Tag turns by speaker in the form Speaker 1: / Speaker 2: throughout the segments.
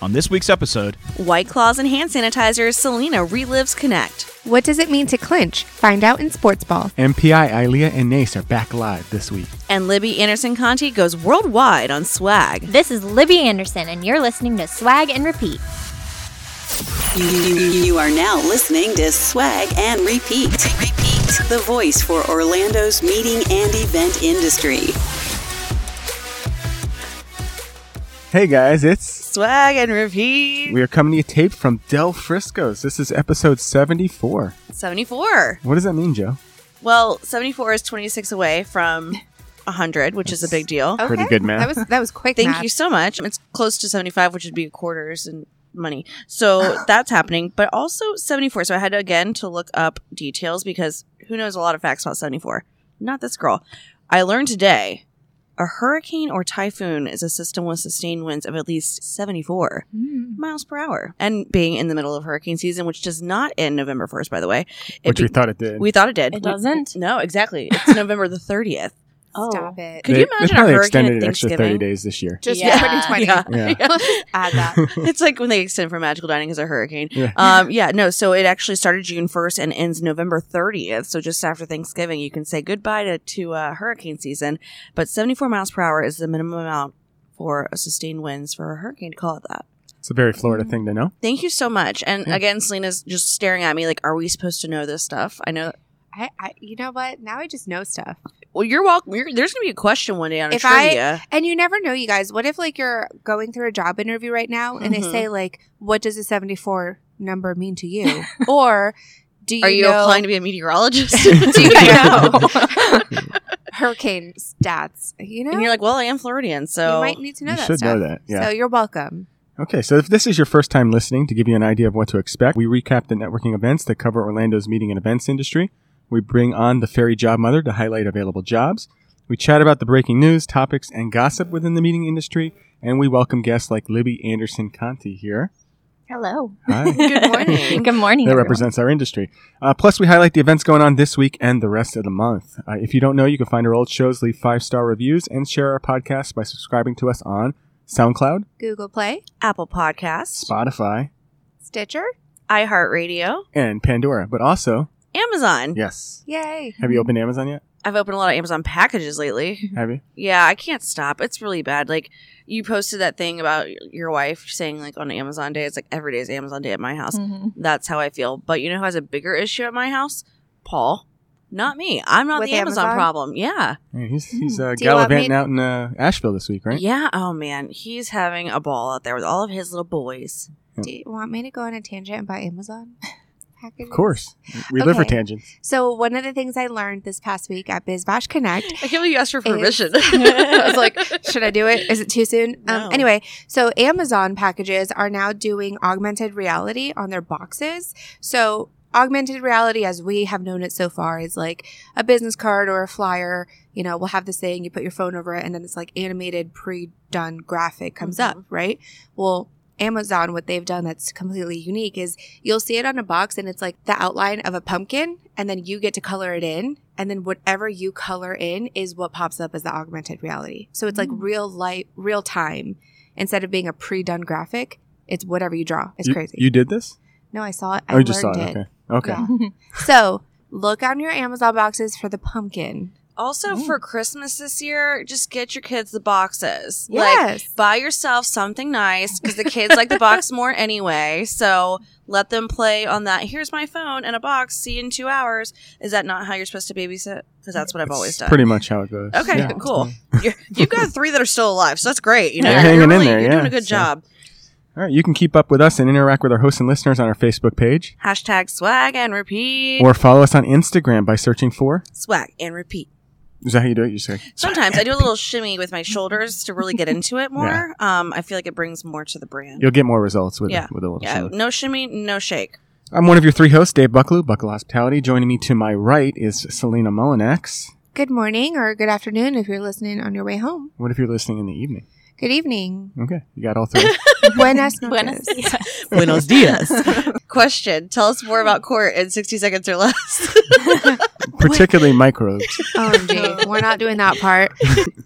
Speaker 1: On this week's episode,
Speaker 2: White Claws and hand sanitizer, Selena relives Connect.
Speaker 3: What does it mean to clinch? Find out in Sports Ball.
Speaker 4: MPI, Ilea, and Nace are back live this week.
Speaker 2: And Libby Anderson Conti goes worldwide on swag.
Speaker 5: This is Libby Anderson, and you're listening to Swag and Repeat.
Speaker 6: You, you, you are now listening to Swag and Repeat. Repeat. The voice for Orlando's meeting and event industry.
Speaker 4: Hey guys, it's
Speaker 2: Swag and repeat.
Speaker 4: we are coming to you taped from Del Frisco's. This is episode 74.
Speaker 2: 74.
Speaker 4: What does that mean, Joe?
Speaker 2: Well, 74 is 26 away from 100, which is a big deal.
Speaker 4: Pretty good math.
Speaker 3: That was that was quick.
Speaker 2: Thank
Speaker 3: math.
Speaker 2: you so much. It's close to 75, which would be quarters and money. So that's happening, but also 74. So I had to, again to look up details because who knows a lot of facts about 74? Not this girl. I learned today a hurricane or typhoon is a system with sustained winds of at least 74 miles per hour. And being in the middle of hurricane season, which does not end November 1st, by the way. It
Speaker 4: Which we
Speaker 2: be-
Speaker 4: thought it did.
Speaker 2: we thought it did.
Speaker 7: It
Speaker 2: We-
Speaker 7: doesn't?
Speaker 2: no, exactly. It's November the 30th.
Speaker 3: Stop it.
Speaker 2: Could
Speaker 4: they,
Speaker 2: you imagine
Speaker 4: they
Speaker 2: a
Speaker 4: probably
Speaker 2: hurricane
Speaker 4: extended
Speaker 2: at
Speaker 4: it extra 30
Speaker 2: Thanksgiving?
Speaker 4: days this year.
Speaker 3: Just
Speaker 7: Yeah.
Speaker 3: put in twenty.
Speaker 2: Yeah.
Speaker 4: Yeah.
Speaker 3: We'll just add that.
Speaker 2: it's like when they extend from magical dining as a hurricane.
Speaker 4: Yeah.
Speaker 2: Um, yeah, no. So it actually started June first and ends November thirtieth. So just after Thanksgiving, you can say goodbye to to uh, hurricane season. But seventy four miles per hour is the minimum amount for a sustained winds for a hurricane. Call it that.
Speaker 4: It's a very Florida thing to know.
Speaker 2: Thank you so much. And again, Selena's just staring at me like, "Are we supposed to know this stuff?" I know.
Speaker 3: I, I, you know what? Now I just know stuff.
Speaker 2: Well, you're welcome. You're, there's gonna be a question one day on a
Speaker 3: If I-
Speaker 2: trivia.
Speaker 3: And you never know, you guys. What if like you're going through a job interview right now and they
Speaker 2: Mhm.
Speaker 3: say like, "What does a seventy-four number mean to you?" or do you
Speaker 2: Are you
Speaker 3: know
Speaker 2: applying to be a meteorologist?
Speaker 3: Do you
Speaker 2: know?
Speaker 3: hurricane stats? You know,
Speaker 2: and you're like, well, I am Floridian, so
Speaker 3: you might need to know
Speaker 4: you
Speaker 3: that.
Speaker 4: should
Speaker 3: stuff.
Speaker 4: know that, yeah.
Speaker 3: So you're welcome.
Speaker 4: Okay, so if this is your first time listening, to give you an idea of what to expect, we recap the networking events that cover Orlando's meeting and events industry. We bring on the Fairy Job Mother to highlight available jobs. We chat about the breaking news, topics, and gossip within the meeting industry. And we welcome guests like Libby Anderson Conti here.
Speaker 5: Hello.
Speaker 4: Hi.
Speaker 2: Good morning.
Speaker 5: Good morning.
Speaker 4: that
Speaker 5: everyone.
Speaker 4: represents our industry. Uh, plus, we highlight the events going on this week and the rest of the month. Uh, if you don't know, you can find our old shows, leave five star reviews, and share our podcast by subscribing to us on SoundCloud,
Speaker 3: Google Play,
Speaker 2: Apple Podcasts,
Speaker 4: Spotify,
Speaker 3: Stitcher,
Speaker 2: iHeartRadio,
Speaker 4: and Pandora. But also,
Speaker 2: Amazon.
Speaker 4: yes,
Speaker 3: yay!
Speaker 4: have you opened Amazon yet?
Speaker 3: Mm-hmm.
Speaker 2: I've opened a lot of Amazon packages lately.
Speaker 4: Have you?
Speaker 2: Yeah, I can't stop. It's really bad. Like you posted that thing about y- your wife saying like on Amazon Day, it's like every day is Amazon Day at my house.
Speaker 5: Mhm.
Speaker 2: That's how I feel. But you know who has a bigger issue at my house? Paul. Not me. I'm not
Speaker 3: With
Speaker 2: the Amazon,
Speaker 3: Amazon?
Speaker 2: problem. Yeah.
Speaker 4: Yeah, he's he's uh,
Speaker 3: Mm-hmm. Do you want me-
Speaker 4: gallivanting out in uh, Asheville this week, right?
Speaker 2: Yeah. Oh man, he's having a ball out there with all of his little boys.
Speaker 3: Do you want me to go on a tangent about Amazon?
Speaker 4: Of course, we live for
Speaker 3: Okay.
Speaker 4: tangents.
Speaker 3: So one of the things I learned this past week at BizBash Connect
Speaker 2: I can't believe you asked for
Speaker 3: It's-
Speaker 2: permission.
Speaker 3: I was like, should I do it? Is it too soon?
Speaker 2: No.
Speaker 3: Um, anyway, so Amazon packages are now doing augmented reality on their boxes. So augmented reality, as we have known it so far, is like a business card or a flyer. You know, we'll have this thing, you put your phone over it, and then it's like animated, pre done graphic comes
Speaker 4: Mm-hmm.
Speaker 3: up, right? Well, Amazon, what they've done that's completely unique is you'll see it on a box and it's like the outline of a pumpkin and then you get to color it in and then whatever you color in is what pops up as the augmented reality so it's like real light real time instead of being a pre-done graphic it's whatever you draw it's
Speaker 4: you,
Speaker 3: crazy
Speaker 4: You did this?
Speaker 3: no i saw it i
Speaker 4: oh, you
Speaker 3: learned
Speaker 4: just saw it.
Speaker 3: it,
Speaker 4: Okay. Okay.
Speaker 3: Yeah. so look on your amazon boxes for the pumpkin
Speaker 2: Also for Christmas this year, just get your kids the boxes.
Speaker 3: Yes.
Speaker 2: Like buy yourself something nice because the kids like the box more anyway. So let them play on that. Here's my phone and a box. See you in two hours. Is that not how you're supposed to babysit? Because that's what I've
Speaker 4: That's
Speaker 2: always done.
Speaker 4: Pretty much how it goes.
Speaker 2: Okay,
Speaker 4: Yeah.
Speaker 2: cool. You're, you've got three that are still alive, so that's great. You know,
Speaker 4: They're
Speaker 2: You're
Speaker 4: hanging in
Speaker 2: really-
Speaker 4: there,
Speaker 2: You're doing
Speaker 4: yeah,
Speaker 2: a good
Speaker 4: so.
Speaker 2: job.
Speaker 4: All right, you can keep up with us and interact with our hosts and listeners on our Facebook page,
Speaker 2: Hashtag swag and repeat.
Speaker 4: or follow us on Instagram by searching for.
Speaker 2: swag and repeat.
Speaker 4: Is that how you do it? You say.
Speaker 2: Sometimes I do a little shimmy with my shoulders to really get into it more. Um, I feel like it brings more to the brand.
Speaker 4: You'll get more results with
Speaker 2: Yeah.
Speaker 4: with a little.
Speaker 2: Yeah,
Speaker 4: shimmy.
Speaker 2: no shimmy, no shake.
Speaker 4: I'm one of your three hosts, Dave Bucklew, Buckle Hospitality. Joining me to my right is Selena Mullinax.
Speaker 3: good morning or good afternoon if you're listening on your way home
Speaker 4: What if you're listening in the evening?
Speaker 3: good evening
Speaker 4: Okay, you got all three.
Speaker 3: buenas
Speaker 7: Buenos
Speaker 3: noches
Speaker 7: dias.
Speaker 2: Buenos dias. Question: Tell us more about court in sixty seconds or less.
Speaker 4: particularly microbes.
Speaker 3: OMG. Um, We're not doing that part.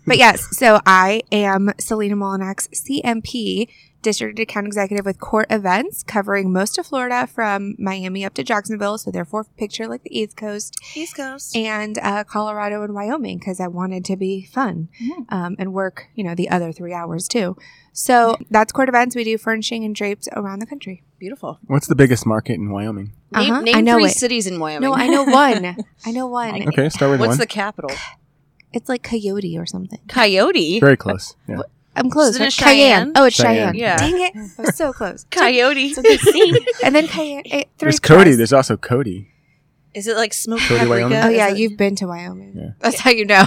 Speaker 3: But yes, so I am Selena Molinax, CMP, district account executive with Court Events, covering most of Florida from Miami up to Jacksonville. So therefore, picture like the East Coast
Speaker 2: East Coast.
Speaker 3: and uh, Colorado and Wyoming because I wanted to be fun
Speaker 5: Mhm.
Speaker 3: um, and work, you know, the other three hours too. So that's Court Events. We do furnishing and drapes around the country.
Speaker 2: Beautiful.
Speaker 4: What's the biggest market in Wyoming?
Speaker 2: Name,
Speaker 3: Uh-huh.
Speaker 2: name
Speaker 3: I know
Speaker 2: three
Speaker 3: it.
Speaker 2: cities in Wyoming.
Speaker 3: No, I know one. I know one.
Speaker 5: Okay.
Speaker 4: Okay, start with
Speaker 2: What's
Speaker 4: one.
Speaker 2: the capital?
Speaker 3: It's like Coyote or something.
Speaker 2: Coyote.
Speaker 4: Very close. Yeah.
Speaker 3: I'm close.
Speaker 2: Isn't it
Speaker 3: right? Cheyenne.
Speaker 2: Cheyenne?
Speaker 3: Oh, it's
Speaker 4: Cheyenne.
Speaker 3: Cheyenne.
Speaker 2: Yeah.
Speaker 3: Dang it. I was so close.
Speaker 2: Coyote.
Speaker 3: And then Cheyenne. It, three
Speaker 4: There's Cody.
Speaker 3: tries.
Speaker 4: There's also Cody.
Speaker 2: Is it like smoke?
Speaker 4: Cody, Wyoming?
Speaker 3: Oh, yeah.
Speaker 2: Is it-
Speaker 3: You've been to Wyoming.
Speaker 4: Yeah.
Speaker 3: That's how you know.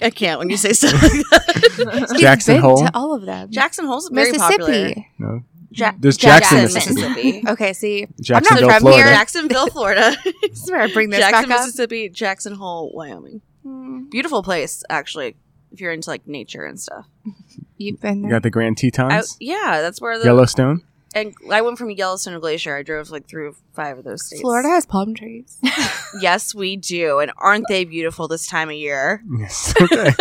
Speaker 2: I can't when you say stuff like that.
Speaker 3: You've
Speaker 4: Jackson
Speaker 3: been
Speaker 4: Hole.
Speaker 3: to all of them.
Speaker 2: Jackson Hole's very popular.
Speaker 3: Mississippi.
Speaker 4: No.
Speaker 2: Jack-
Speaker 4: There's
Speaker 2: Jackson,
Speaker 4: Jackson,
Speaker 2: Mississippi.
Speaker 4: Mississippi.
Speaker 3: Okay, see,
Speaker 4: Jacksonville,
Speaker 3: from here.
Speaker 4: Florida.
Speaker 2: Jacksonville, Florida.
Speaker 3: this is where I bring this
Speaker 2: Jackson,
Speaker 3: back up.
Speaker 2: Mississippi. Jackson Hole, Wyoming.
Speaker 3: Mm,
Speaker 2: Hmm. Beautiful place, actually. If you're into like nature and stuff.
Speaker 3: You've been
Speaker 4: You
Speaker 3: there.
Speaker 4: got the Grand
Speaker 2: I,
Speaker 4: Tetons,
Speaker 2: yeah, that's where the
Speaker 4: Yellowstone.
Speaker 2: and I went from Yellowstone to Glacier. I drove like through five of those states.
Speaker 3: Florida has palm trees.
Speaker 2: Yes, we do. And aren't they beautiful this time of year?
Speaker 4: Yes.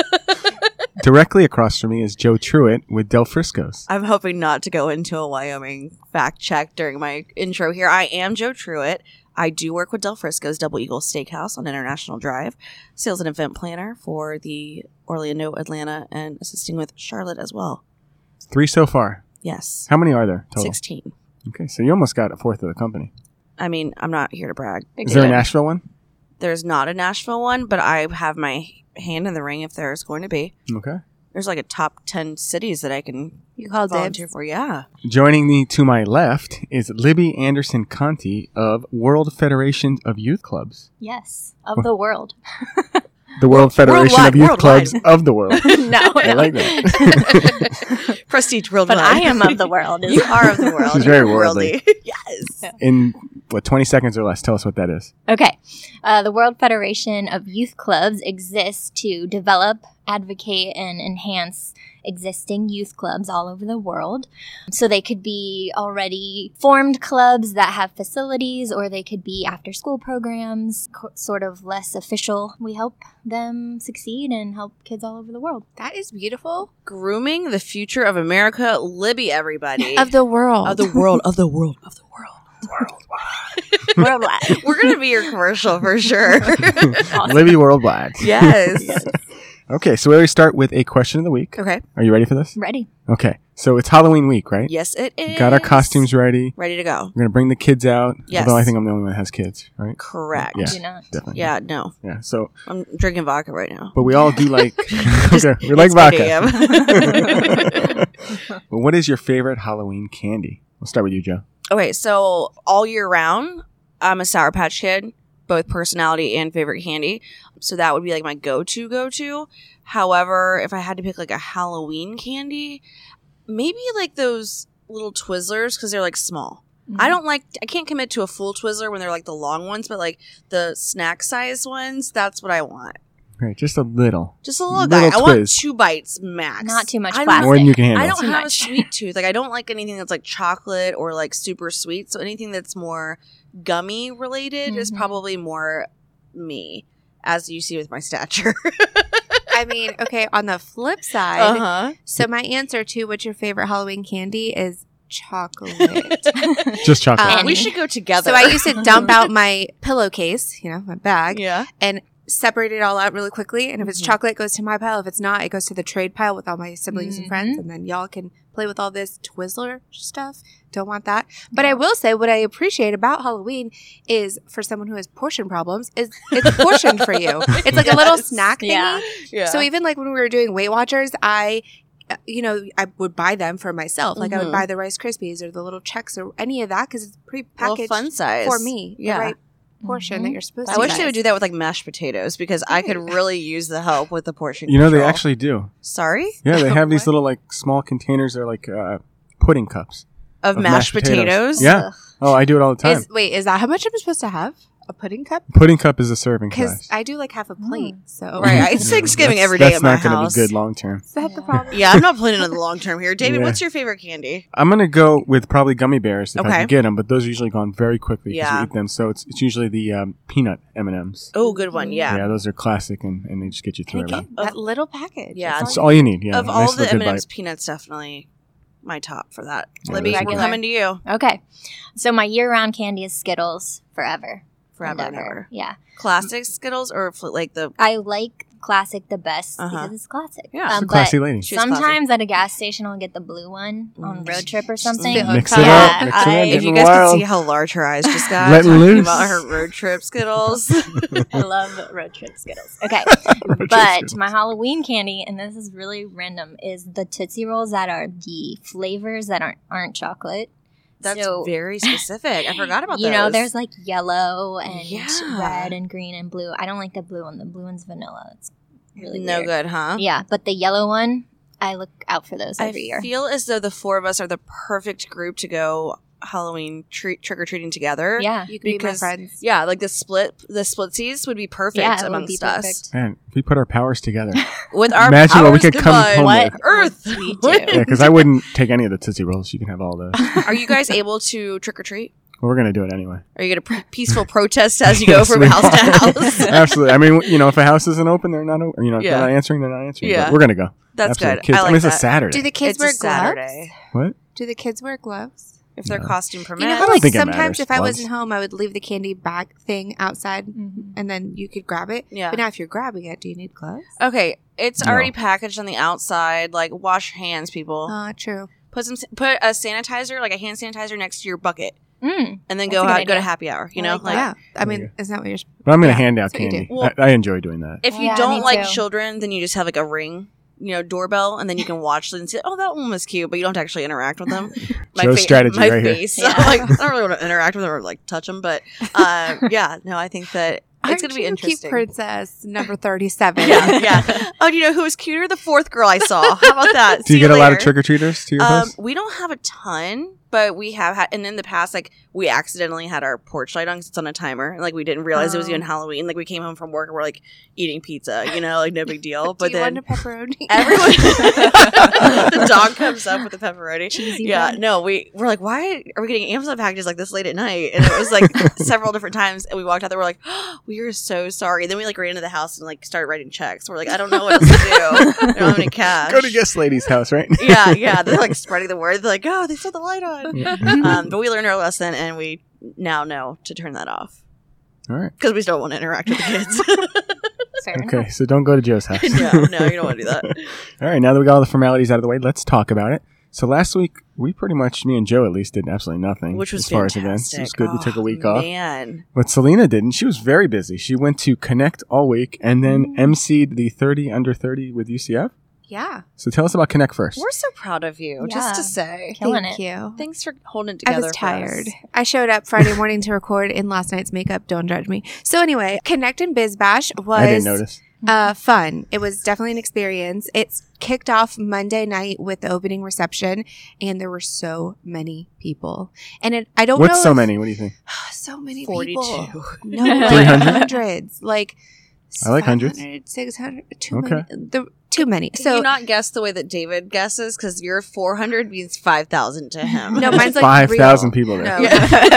Speaker 4: Okay. Directly across from me is Joe Truitt with Del Frisco's.
Speaker 2: I'm hoping not to go into a Wyoming fact check during my intro here. I am Joe Truitt. I do work with Del Frisco's Double Eagle Steakhouse on International Drive, sales and event planner for the Orlando, Atlanta, and assisting with Charlotte as well.
Speaker 4: Three so far.
Speaker 2: Yes.
Speaker 4: How many are there total?
Speaker 2: 16.
Speaker 4: Okay, so you almost got a fourth of the company.
Speaker 2: I mean, I'm not here to brag.
Speaker 4: Is there a Nashville one?
Speaker 2: There's not a Nashville one, but I have my hand in the ring if there's going to be.
Speaker 4: Okay.
Speaker 2: There's like a top 10 cities that I can
Speaker 3: You call dibs.
Speaker 2: volunteer for. Yeah.
Speaker 4: Joining me to my left is Libby Anderson Conti of World Federation of Youth Clubs.
Speaker 5: Yes, of the world.
Speaker 4: The World Federation
Speaker 2: worldwide,
Speaker 4: of Youth
Speaker 2: worldwide.
Speaker 4: Clubs of the world.
Speaker 5: no,
Speaker 4: I
Speaker 5: no.
Speaker 4: like that.
Speaker 2: Prestige worldwide.
Speaker 5: but I am of the world.
Speaker 2: You are of the world.
Speaker 4: She's very
Speaker 2: You're
Speaker 4: worldly.
Speaker 2: yes.
Speaker 4: In what, 20 seconds or less, tell us what that is.
Speaker 5: Okay. Uh, the World Federation of Youth Clubs exists to develop, advocate, and enhance existing youth clubs all over the world. So they could be already formed clubs that have facilities, or they could be after school programs, co- sort of less official. We help them succeed and help kids all over the world.
Speaker 3: That is beautiful.
Speaker 2: Grooming the future of America, Libby, everybody.
Speaker 3: Of the world.
Speaker 2: of the world, of the world, of the world.
Speaker 5: Worldwide.
Speaker 2: We're going to be your commercial for sure.
Speaker 4: Libby Worldwide.
Speaker 2: yes.
Speaker 4: Okay, so we always start with a question of the week.
Speaker 2: Okay.
Speaker 4: Are you ready for this?
Speaker 5: Ready.
Speaker 4: Okay, so it's Halloween week, right?
Speaker 2: Yes, it is.
Speaker 4: Got our costumes ready.
Speaker 2: ready to go.
Speaker 4: We're gonna bring the kids out.
Speaker 2: Yes.
Speaker 4: Although I think I'm the only one that has kids, right?
Speaker 2: Correct.
Speaker 4: Yeah.
Speaker 5: Do not.
Speaker 4: Definitely.
Speaker 2: Yeah, no.
Speaker 4: Yeah. So,
Speaker 2: I'm drinking vodka right now.
Speaker 4: but we all do like. okay, we like
Speaker 2: It's 8
Speaker 4: vodka.
Speaker 2: a.m.
Speaker 4: but what is your favorite Halloween candy? We'll start with you, Joe.
Speaker 2: Okay, so all year round, I'm a Sour Patch Kid, both personality and favorite candy. So that would be like my go to go to. However, if I had to pick like a Halloween candy, maybe like those little Twizzlers because they're like small.
Speaker 5: Mm-hmm.
Speaker 2: I don't like, I can't commit to a full Twizzler when they're like the long ones, but like the snack size ones, that's what I want.
Speaker 4: Right, just a little
Speaker 2: Just a little,
Speaker 4: Little
Speaker 2: guy. I want
Speaker 4: Twizz.
Speaker 2: two bites max.
Speaker 5: Not too much
Speaker 2: I don't
Speaker 5: plastic.
Speaker 4: more than you can handle.
Speaker 2: I don't
Speaker 5: Too
Speaker 2: have a
Speaker 5: much.
Speaker 2: sweet tooth. Like I don't like anything that's like chocolate or like super sweet. So anything that's more gummy related is
Speaker 5: Mhm.
Speaker 2: probably more me, as you see with my stature.
Speaker 3: I mean, okay, on the flip side,
Speaker 2: uh-huh.
Speaker 3: so my answer to what's your favorite Halloween candy is chocolate.
Speaker 4: Just chocolate.
Speaker 3: Um,
Speaker 2: Uh, we should go together.
Speaker 3: so I used to dump out my pillowcase, you know, my bag,
Speaker 2: yeah.
Speaker 3: separate it all out really quickly. And if it's
Speaker 2: Mhm.
Speaker 3: chocolate, it goes to my pile. If it's not, it goes to the trade pile with all my siblings and friends.
Speaker 2: Mm-hmm.
Speaker 5: Mhm.
Speaker 3: And then y'all can play with all this Twizzler stuff. Don't want that. But I will say what I appreciate about Halloween is for someone who has portion problems is it's portioned for you. It's like a little
Speaker 2: Yes.
Speaker 3: snack thingy.
Speaker 5: Yeah.
Speaker 2: Yeah.
Speaker 3: So even like when we were doing Weight Watchers, I, uh, you know, I would buy them for myself. Like I would
Speaker 2: Mhm.
Speaker 3: buy the Rice Krispies or the little checks or any of that because it's
Speaker 2: Little
Speaker 3: pre-packaged
Speaker 2: fun size
Speaker 3: for me.
Speaker 2: Yeah. Mm-hmm.
Speaker 3: The right portion that
Speaker 5: Mhm.
Speaker 3: you're supposed
Speaker 2: I
Speaker 3: to.
Speaker 2: wish
Speaker 3: buy.
Speaker 2: they would do that with like mashed potatoes because I could really use the help with the portion.
Speaker 4: you know they
Speaker 2: control.
Speaker 4: actually do.
Speaker 2: sorry
Speaker 4: Yeah, they have these
Speaker 2: What?
Speaker 4: little like small containers. They're like uh, pudding cups.
Speaker 2: of, mashed, potatoes.
Speaker 4: Yeah. Oh, I do it all the time.
Speaker 3: Is, wait, is that how much I'm supposed to have? A pudding cup?
Speaker 4: pudding cup is a serving
Speaker 3: Because
Speaker 4: size.
Speaker 3: I do like half a plate.
Speaker 2: Mm.
Speaker 3: So
Speaker 2: Right.
Speaker 4: Yeah,
Speaker 2: It's Thanksgiving
Speaker 4: that's-
Speaker 2: every day
Speaker 4: That's
Speaker 2: at my
Speaker 4: not gonna
Speaker 2: house.
Speaker 4: be good long term.
Speaker 3: is that the
Speaker 5: Yeah.
Speaker 3: problem?
Speaker 2: Yeah, I'm not planning on the long term here. David,
Speaker 4: Yeah.
Speaker 2: what's your favorite candy?
Speaker 4: I'm gonna go with probably gummy bears if I
Speaker 2: Okay.
Speaker 4: can get them, but those are usually gone very quickly because
Speaker 2: Yeah.
Speaker 4: we eat them. So it's, it's usually the um, peanut M and M's.
Speaker 2: Oh, good one.
Speaker 4: Yeah.
Speaker 2: Yeah.
Speaker 4: those are classic, and, and they just get you
Speaker 3: And
Speaker 4: through it.
Speaker 3: again,
Speaker 2: Of-
Speaker 3: that little package.
Speaker 2: Yeah.
Speaker 3: It's
Speaker 4: That's
Speaker 3: all-
Speaker 4: all you need. Yeah,
Speaker 2: of
Speaker 4: a
Speaker 2: all
Speaker 4: nice
Speaker 2: the
Speaker 4: little
Speaker 2: M
Speaker 4: good
Speaker 2: and M's,
Speaker 4: bite.
Speaker 2: peanuts definitely my top for that.
Speaker 4: Yeah,
Speaker 2: Libby,
Speaker 4: that's
Speaker 2: we're
Speaker 5: good.
Speaker 2: coming to you
Speaker 5: Okay. So my year-round candy is Skittles forever.
Speaker 2: forever and ever.
Speaker 5: Yeah.
Speaker 2: Classic Skittles or fl- like the
Speaker 5: I like classic the best
Speaker 2: Uh-huh.
Speaker 5: because it's classic.
Speaker 2: Yeah.
Speaker 4: She's
Speaker 5: Um,
Speaker 4: a classy
Speaker 5: but
Speaker 4: lady.
Speaker 2: She's classic.
Speaker 5: sometimes at a gas station I'll get the blue one on
Speaker 2: Mm.
Speaker 5: road trip or
Speaker 3: She's the
Speaker 5: something.
Speaker 3: only
Speaker 4: Mix it
Speaker 3: color.
Speaker 4: up.
Speaker 5: Yeah,
Speaker 4: Mix it
Speaker 5: I-
Speaker 4: in.
Speaker 2: uh, if
Speaker 4: Give
Speaker 2: you
Speaker 4: it
Speaker 2: guys
Speaker 4: a
Speaker 2: could
Speaker 4: whirl.
Speaker 2: see how large her eyes just got
Speaker 4: Let
Speaker 2: talking
Speaker 4: loose.
Speaker 2: about her road trip Skittles.
Speaker 5: I love road trip Skittles. Okay.
Speaker 4: Road trip
Speaker 5: but
Speaker 4: Skittles.
Speaker 5: my Halloween candy, and this is really random, is the Tootsie Rolls that are the flavors that aren't aren't chocolate.
Speaker 2: That's
Speaker 5: So-
Speaker 2: very specific. I forgot about
Speaker 5: you
Speaker 2: those.
Speaker 5: know, there's like yellow and
Speaker 2: Yeah.
Speaker 5: red and green and blue. I don't like the blue one. The blue one's vanilla. It's really
Speaker 2: no
Speaker 5: weird.
Speaker 2: good, huh?
Speaker 5: Yeah, but the yellow one, I look out for those
Speaker 2: I
Speaker 5: every year.
Speaker 2: feel as though the four of us are the perfect group to go Halloween treat trick or treating together.
Speaker 5: yeah,
Speaker 3: You can be my
Speaker 2: Because-
Speaker 3: friends.
Speaker 2: Yeah, like the split the splitsies would be perfect
Speaker 5: yeah, it would
Speaker 2: amongst
Speaker 5: be
Speaker 2: us.
Speaker 5: perfect.
Speaker 4: Man, if we put our powers together.
Speaker 2: With our
Speaker 4: Imagine
Speaker 2: powers
Speaker 4: what we could
Speaker 2: combined,
Speaker 4: come home
Speaker 2: what
Speaker 4: with.
Speaker 2: Earth
Speaker 5: What we
Speaker 2: would-
Speaker 4: yeah, because I wouldn't take any of the Tootsie Rolls. You can have all those. Well,
Speaker 2: Are you guys able to trick or treat?
Speaker 4: we're going to do it anyway.
Speaker 2: Are you going to pr- peaceful protest as you go
Speaker 4: Yes,
Speaker 2: from
Speaker 4: we
Speaker 2: house
Speaker 4: are.
Speaker 2: to house?
Speaker 4: Absolutely. I mean, you know, if a house isn't open, they're not, o- you know, if
Speaker 2: Yeah.
Speaker 4: they're not answering, they're not answering.
Speaker 2: Yeah.
Speaker 4: But we're going to go.
Speaker 2: That's
Speaker 4: Absolutely.
Speaker 2: good.
Speaker 4: Kids,
Speaker 2: I like
Speaker 4: mean, it's a
Speaker 2: that.
Speaker 4: Saturday.
Speaker 3: Do the kids
Speaker 2: It's
Speaker 3: wear
Speaker 2: a
Speaker 3: gloves?
Speaker 2: Saturday.
Speaker 4: what?
Speaker 3: Do the kids wear gloves?
Speaker 2: If their
Speaker 4: No.
Speaker 2: costume
Speaker 3: You
Speaker 2: permits.
Speaker 3: know
Speaker 4: I
Speaker 3: how
Speaker 4: don't
Speaker 3: like
Speaker 4: think it
Speaker 3: sometimes
Speaker 4: matters,
Speaker 3: if I
Speaker 4: gloves.
Speaker 3: wasn't home, I would leave the candy bag thing outside,
Speaker 5: Mhm.
Speaker 3: and then you could grab it.
Speaker 2: Mm-hmm. Yeah.
Speaker 3: But now if you're grabbing it, do you need gloves?
Speaker 2: Okay, it's
Speaker 4: No.
Speaker 2: already packaged on the outside. Like, wash your hands, people.
Speaker 5: Uh.
Speaker 3: Oh, true.
Speaker 2: put some put a sanitizer, like a hand sanitizer, next to your bucket,
Speaker 5: Mm.
Speaker 2: and then
Speaker 5: That's
Speaker 2: go
Speaker 5: a good
Speaker 2: out, go to
Speaker 5: idea.
Speaker 2: happy hour. You
Speaker 5: I
Speaker 2: know,
Speaker 5: like
Speaker 2: like
Speaker 3: yeah. I
Speaker 4: There you
Speaker 3: mean, is that what you're?
Speaker 4: But I'm going to
Speaker 3: Yeah,
Speaker 4: hand
Speaker 3: that's
Speaker 4: out
Speaker 3: what you
Speaker 4: candy.
Speaker 2: do. Well-
Speaker 4: I, I enjoy doing that.
Speaker 2: if you
Speaker 5: Yeah,
Speaker 2: don't
Speaker 5: me
Speaker 2: like
Speaker 5: too.
Speaker 2: children, then you just have like a ring, you know, doorbell, and then you can watch them and say, "Oh, that one was cute," but you don't have to actually interact with them.
Speaker 4: Joe's strategy
Speaker 2: my
Speaker 4: right here.
Speaker 2: face.
Speaker 5: Yeah.
Speaker 2: like, I don't really want to interact with them or like touch them, but um, yeah, no, I think that it's going to be
Speaker 3: Aren't you a
Speaker 2: interesting.
Speaker 3: Cute princess number thirty-seven.
Speaker 2: yeah, yeah. Oh, do you know who was cuter? The fourth girl I saw. How about that?
Speaker 4: Do you
Speaker 2: See
Speaker 4: get a lot of
Speaker 2: later.
Speaker 4: trick or treaters to your
Speaker 2: Um,
Speaker 4: place?
Speaker 2: we don't have a ton, but we have had, and in the past, like we accidentally had our porch light on because it's on a timer, and like we didn't realize it was
Speaker 3: Oh.
Speaker 2: even Halloween. Like we came home from work and we're like eating pizza, you know, like no big deal.
Speaker 3: Do
Speaker 2: but
Speaker 3: you
Speaker 2: then
Speaker 3: want a pepperoni?
Speaker 2: everyone, the dog comes up with the pepperoni.
Speaker 5: Cheesy
Speaker 2: yeah,
Speaker 5: bread.
Speaker 2: no, we we're like, why are we getting Amazon packages like this late at night? And it was like several different times, and we walked out there, we're like, oh, we are so sorry. Then we like ran into the house and like started writing checks. We're like, I don't know what else to do. I don't have any cash.
Speaker 4: Go to guest lady's house, right?
Speaker 2: Yeah, yeah. They're like spreading the word. They're like, oh, they set the light on. Um, but we learned our lesson and we now know to turn that off
Speaker 4: All right.
Speaker 2: because we still want to interact with the kids.
Speaker 5: Fair
Speaker 4: Okay, so don't go to Joe's house.
Speaker 2: no, no, you don't want to do that.
Speaker 4: All right, now that we got all the formalities out of the way, let's talk about it. So last week, we pretty much, me and Joe at least, did absolutely nothing.
Speaker 2: Which was
Speaker 4: as far
Speaker 2: fantastic.
Speaker 4: as events. It was good. we took a
Speaker 2: Oh,
Speaker 4: week off.
Speaker 2: Man.
Speaker 4: But Selena didn't. She was very busy. She went to Connect all week
Speaker 3: Mm.
Speaker 4: and then emceed the 30 under 30 with UCF.
Speaker 3: yeah.
Speaker 4: So tell us about Connect 1st
Speaker 2: We're so proud of you,
Speaker 5: Yeah.
Speaker 2: just to say.
Speaker 5: Killing
Speaker 3: Thank
Speaker 5: it.
Speaker 3: you.
Speaker 2: Thanks for holding it
Speaker 3: I
Speaker 2: together.
Speaker 3: was
Speaker 2: for us.
Speaker 3: tired. I showed up Friday morning to record in last night's makeup. Don't judge me. So anyway, Connect and Biz Bash was
Speaker 4: I didn't notice.
Speaker 3: uh, fun. It was definitely an experience. It's kicked off Monday night with the opening reception, and there were so many people. And it, I don't know
Speaker 4: What's so
Speaker 3: if-
Speaker 4: many? What do you think?
Speaker 3: so many
Speaker 2: 42.
Speaker 3: people. No, like
Speaker 4: 300?
Speaker 3: hundreds. Like
Speaker 4: I like hundreds.
Speaker 3: 500, 600, Too
Speaker 4: Okay.
Speaker 3: many. The, too many.
Speaker 2: Can
Speaker 3: so
Speaker 2: you not guess the way that David guesses? Because your 400 means 5,000 to him.
Speaker 3: no, mine's like
Speaker 4: 5,000
Speaker 3: real.
Speaker 4: people there.
Speaker 3: No.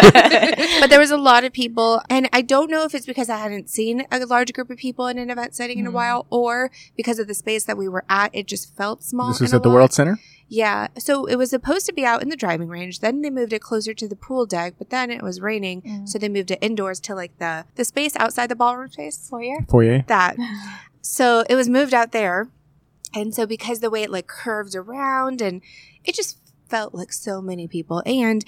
Speaker 2: Yeah.
Speaker 3: But there was a lot of people, and I don't know if it's because I hadn't seen a large group of people in an event setting in a
Speaker 4: Hmm.
Speaker 5: Mm.
Speaker 3: while, or because of the space that we were at, it just felt small.
Speaker 4: This was
Speaker 3: and
Speaker 4: at the
Speaker 3: alone.
Speaker 4: World Center?
Speaker 3: Yeah. So it was supposed to be out in the driving range. Then they moved it closer to the pool deck, but then it was raining.
Speaker 4: Hmm.
Speaker 5: Mm.
Speaker 3: So they moved it indoors to like the, the space outside the ballroom space.
Speaker 5: Foyer.
Speaker 4: Foyer?
Speaker 3: That. So it was moved out there. And so because the way it like curved around and it just felt like so many people. And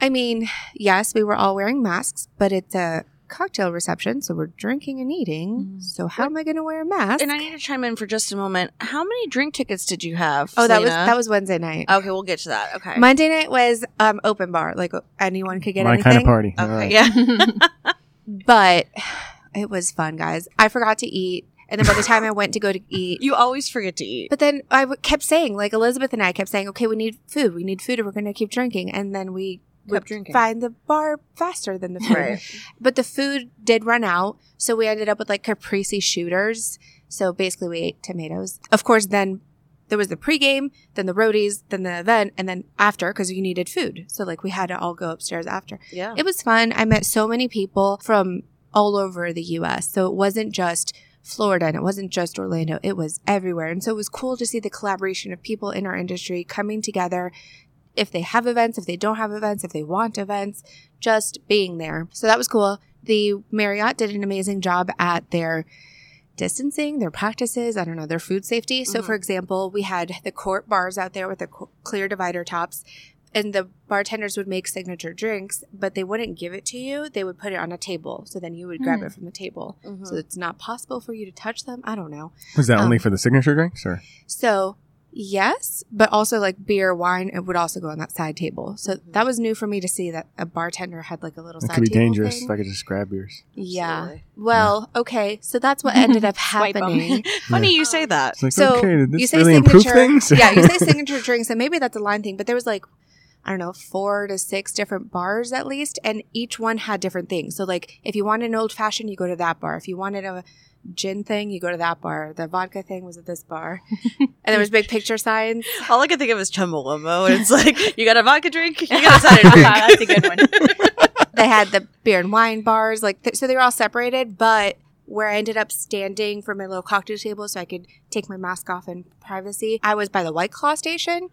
Speaker 3: I mean, yes, we were all wearing masks, but it's a cocktail reception. So we're drinking and eating.
Speaker 5: Mm.
Speaker 3: So how am I going to wear a mask?
Speaker 2: and I need to chime in for just a moment. How many drink tickets did you have?
Speaker 3: oh, that was,
Speaker 2: Selena? Oh.
Speaker 3: that was Wednesday night.
Speaker 2: Okay, we'll get to that. Okay.
Speaker 3: Monday night was um, open bar, like anyone could get
Speaker 4: My
Speaker 3: anything.
Speaker 4: kind of party.
Speaker 2: okay.
Speaker 4: All right.
Speaker 2: Yeah.
Speaker 3: But it was fun, guys. I forgot to eat, and then by the time I went to go to eat,
Speaker 2: You always forget to eat.
Speaker 3: but then I w- kept saying, like Elizabeth and I kept saying, okay, we need food, we need food, and we're gonna keep drinking, and then we
Speaker 2: Kept
Speaker 3: would
Speaker 2: drinking.
Speaker 3: find the bar faster than the food. But the food did run out, so we ended up with like caprese shooters. So basically, we ate tomatoes. Of course, then there was the pregame, then the roadies, then the event, and then after because you needed food. So like we had to all go upstairs after.
Speaker 2: Yeah.
Speaker 3: It was fun. I met so many people from all over the US. So it wasn't just Florida and it wasn't just Orlando, it was everywhere. And so it was cool to see the collaboration of people in our industry coming together. If they have events, if they don't have events, if they want events, just being there. So that was cool. The Marriott did an amazing job at their distancing, their practices, I don't know, their food safety. So,
Speaker 2: Mhm.
Speaker 3: for example, we had the court bars out there with the co- clear divider tops, and the bartenders would make signature drinks, but they wouldn't give it to you. They would put it on a table. So then you would grab
Speaker 5: Hmm.
Speaker 3: it from the table.
Speaker 2: Mhm.
Speaker 3: So it's not possible for you to touch them. I don't know.
Speaker 4: Was that
Speaker 3: Um,
Speaker 4: only for the signature drinks or?
Speaker 3: So, yes, but also like beer, wine, it would also go on that side table. So
Speaker 2: Mhm.
Speaker 3: that was new for me to see that a bartender had like a little
Speaker 4: It
Speaker 3: side
Speaker 4: could be
Speaker 3: table
Speaker 4: dangerous
Speaker 3: thing.
Speaker 4: if I could just grab yours.
Speaker 3: yeah.
Speaker 2: Absolutely.
Speaker 3: Well, okay. So that's what ended up happening.
Speaker 2: Funny you
Speaker 3: Um,
Speaker 2: say that.
Speaker 4: It's like,
Speaker 3: So,
Speaker 4: okay, did
Speaker 3: you
Speaker 4: this
Speaker 3: say
Speaker 4: really improve
Speaker 3: signature-
Speaker 4: things?
Speaker 3: yeah, you say signature drinks, and maybe that's a line thing, but there was like, I don't know, four to six different bars at least, and each one had different things. So, like, if you wanted an old fashioned, you go to that bar. If you wanted a gin thing, you go to that bar. The vodka thing was at this bar, and there was big picture signs.
Speaker 2: All I could think of is Chumbawamba. and It's like you got a vodka drink, you got a cider drink.
Speaker 5: That's a good
Speaker 2: one.
Speaker 3: They had the beer and wine bars, like, th- so they were all separated, but. Where I ended up standing for my little cocktail table so I could take my mask off in privacy. I was by the White Claw station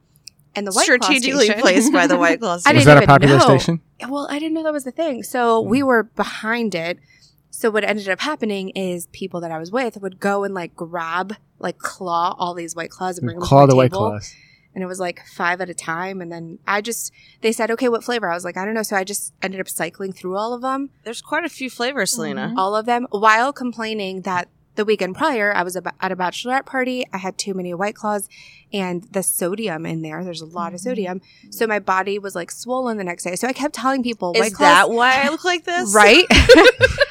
Speaker 3: and the White Claw
Speaker 2: Strategically
Speaker 3: station,
Speaker 2: placed by the White Claw.
Speaker 3: I
Speaker 4: Was
Speaker 3: didn't
Speaker 4: that a
Speaker 3: even
Speaker 4: popular
Speaker 3: know.
Speaker 4: station?
Speaker 3: Well, I didn't know that was the thing. So
Speaker 4: Mm.
Speaker 3: we were behind it. So what ended up happening is people that I was with would go and like grab, like claw all these white claws and bring them
Speaker 4: Claw
Speaker 3: to
Speaker 4: the
Speaker 3: the
Speaker 4: white
Speaker 3: table.
Speaker 4: claws.
Speaker 3: And it was like five at a time. And then I just, they said, okay, what flavor? I was like, I don't know. So I just ended up cycling through all of them,
Speaker 2: There's quite a few flavors,
Speaker 3: Mm-hmm.
Speaker 2: Selena.
Speaker 3: all of them, while complaining that the weekend prior I was ab- at a bachelorette party. I had too many white claws and the sodium in there. There's a lot of
Speaker 5: Mhm.
Speaker 3: sodium. So my body was like swollen the next day. So I kept telling people,
Speaker 2: Is
Speaker 3: white claws.
Speaker 2: that why I look like this?
Speaker 3: Right?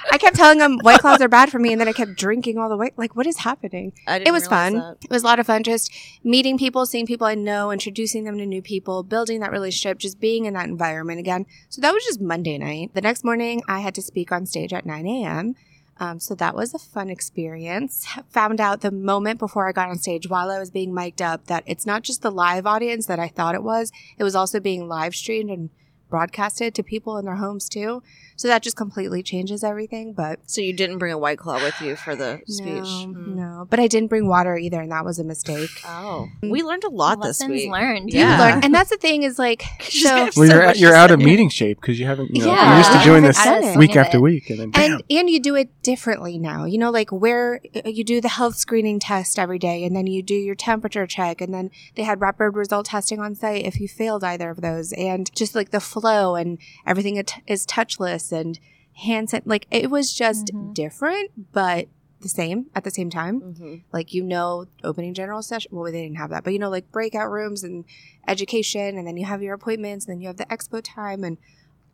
Speaker 3: I kept telling them white claws are bad for me, and then I kept drinking all the white. Like, what is happening?
Speaker 2: I didn't
Speaker 3: It was
Speaker 2: realize
Speaker 3: fun.
Speaker 2: that.
Speaker 3: It was a lot of fun just meeting people, seeing people I know, introducing them to new people, building that relationship, just being in that environment again. So that was just Monday night. The next morning, I had to speak on stage at 9 a.m. Um, so that was a fun experience. Found out the moment before I got on stage while I was being mic'd up that it's not just the live audience that I thought it was, it was also being live streamed and broadcasted to people in their homes too. So that just completely changes everything. But
Speaker 2: So you didn't bring a White Claw with you for the speech?
Speaker 3: no,
Speaker 2: Hmm.
Speaker 3: no. But I didn't bring water either, and that was a mistake.
Speaker 2: Oh,
Speaker 3: Mm.
Speaker 2: we learned a lot this
Speaker 5: Lessons
Speaker 2: week.
Speaker 5: learned.
Speaker 2: You Yeah.
Speaker 3: learn. And that's the thing is like,
Speaker 2: She's
Speaker 3: so,
Speaker 2: gonna-
Speaker 4: Well,
Speaker 2: So
Speaker 4: you're,
Speaker 2: much
Speaker 4: you're
Speaker 2: to
Speaker 4: out of
Speaker 2: say.
Speaker 4: meeting shape because you haven't, you know,
Speaker 5: Yeah.
Speaker 4: you're used to
Speaker 5: I
Speaker 4: doing
Speaker 5: haven't
Speaker 4: this
Speaker 5: done it.
Speaker 4: week
Speaker 5: Some of
Speaker 4: after
Speaker 5: it.
Speaker 4: week. And then, bam.
Speaker 3: and, and you do it differently now, you know, like where uh, you do the health screening test every day and then you do your temperature check. And then they had rapid result testing on site if you failed either of those and just like the flow and everything it- is touchless and hand san- Like it was just
Speaker 5: Mhm.
Speaker 3: different, but the same at the same time.
Speaker 2: Mhm.
Speaker 3: like you know opening general session well they didn't have that but you know like breakout rooms and education and then you have your appointments and then you have the expo time and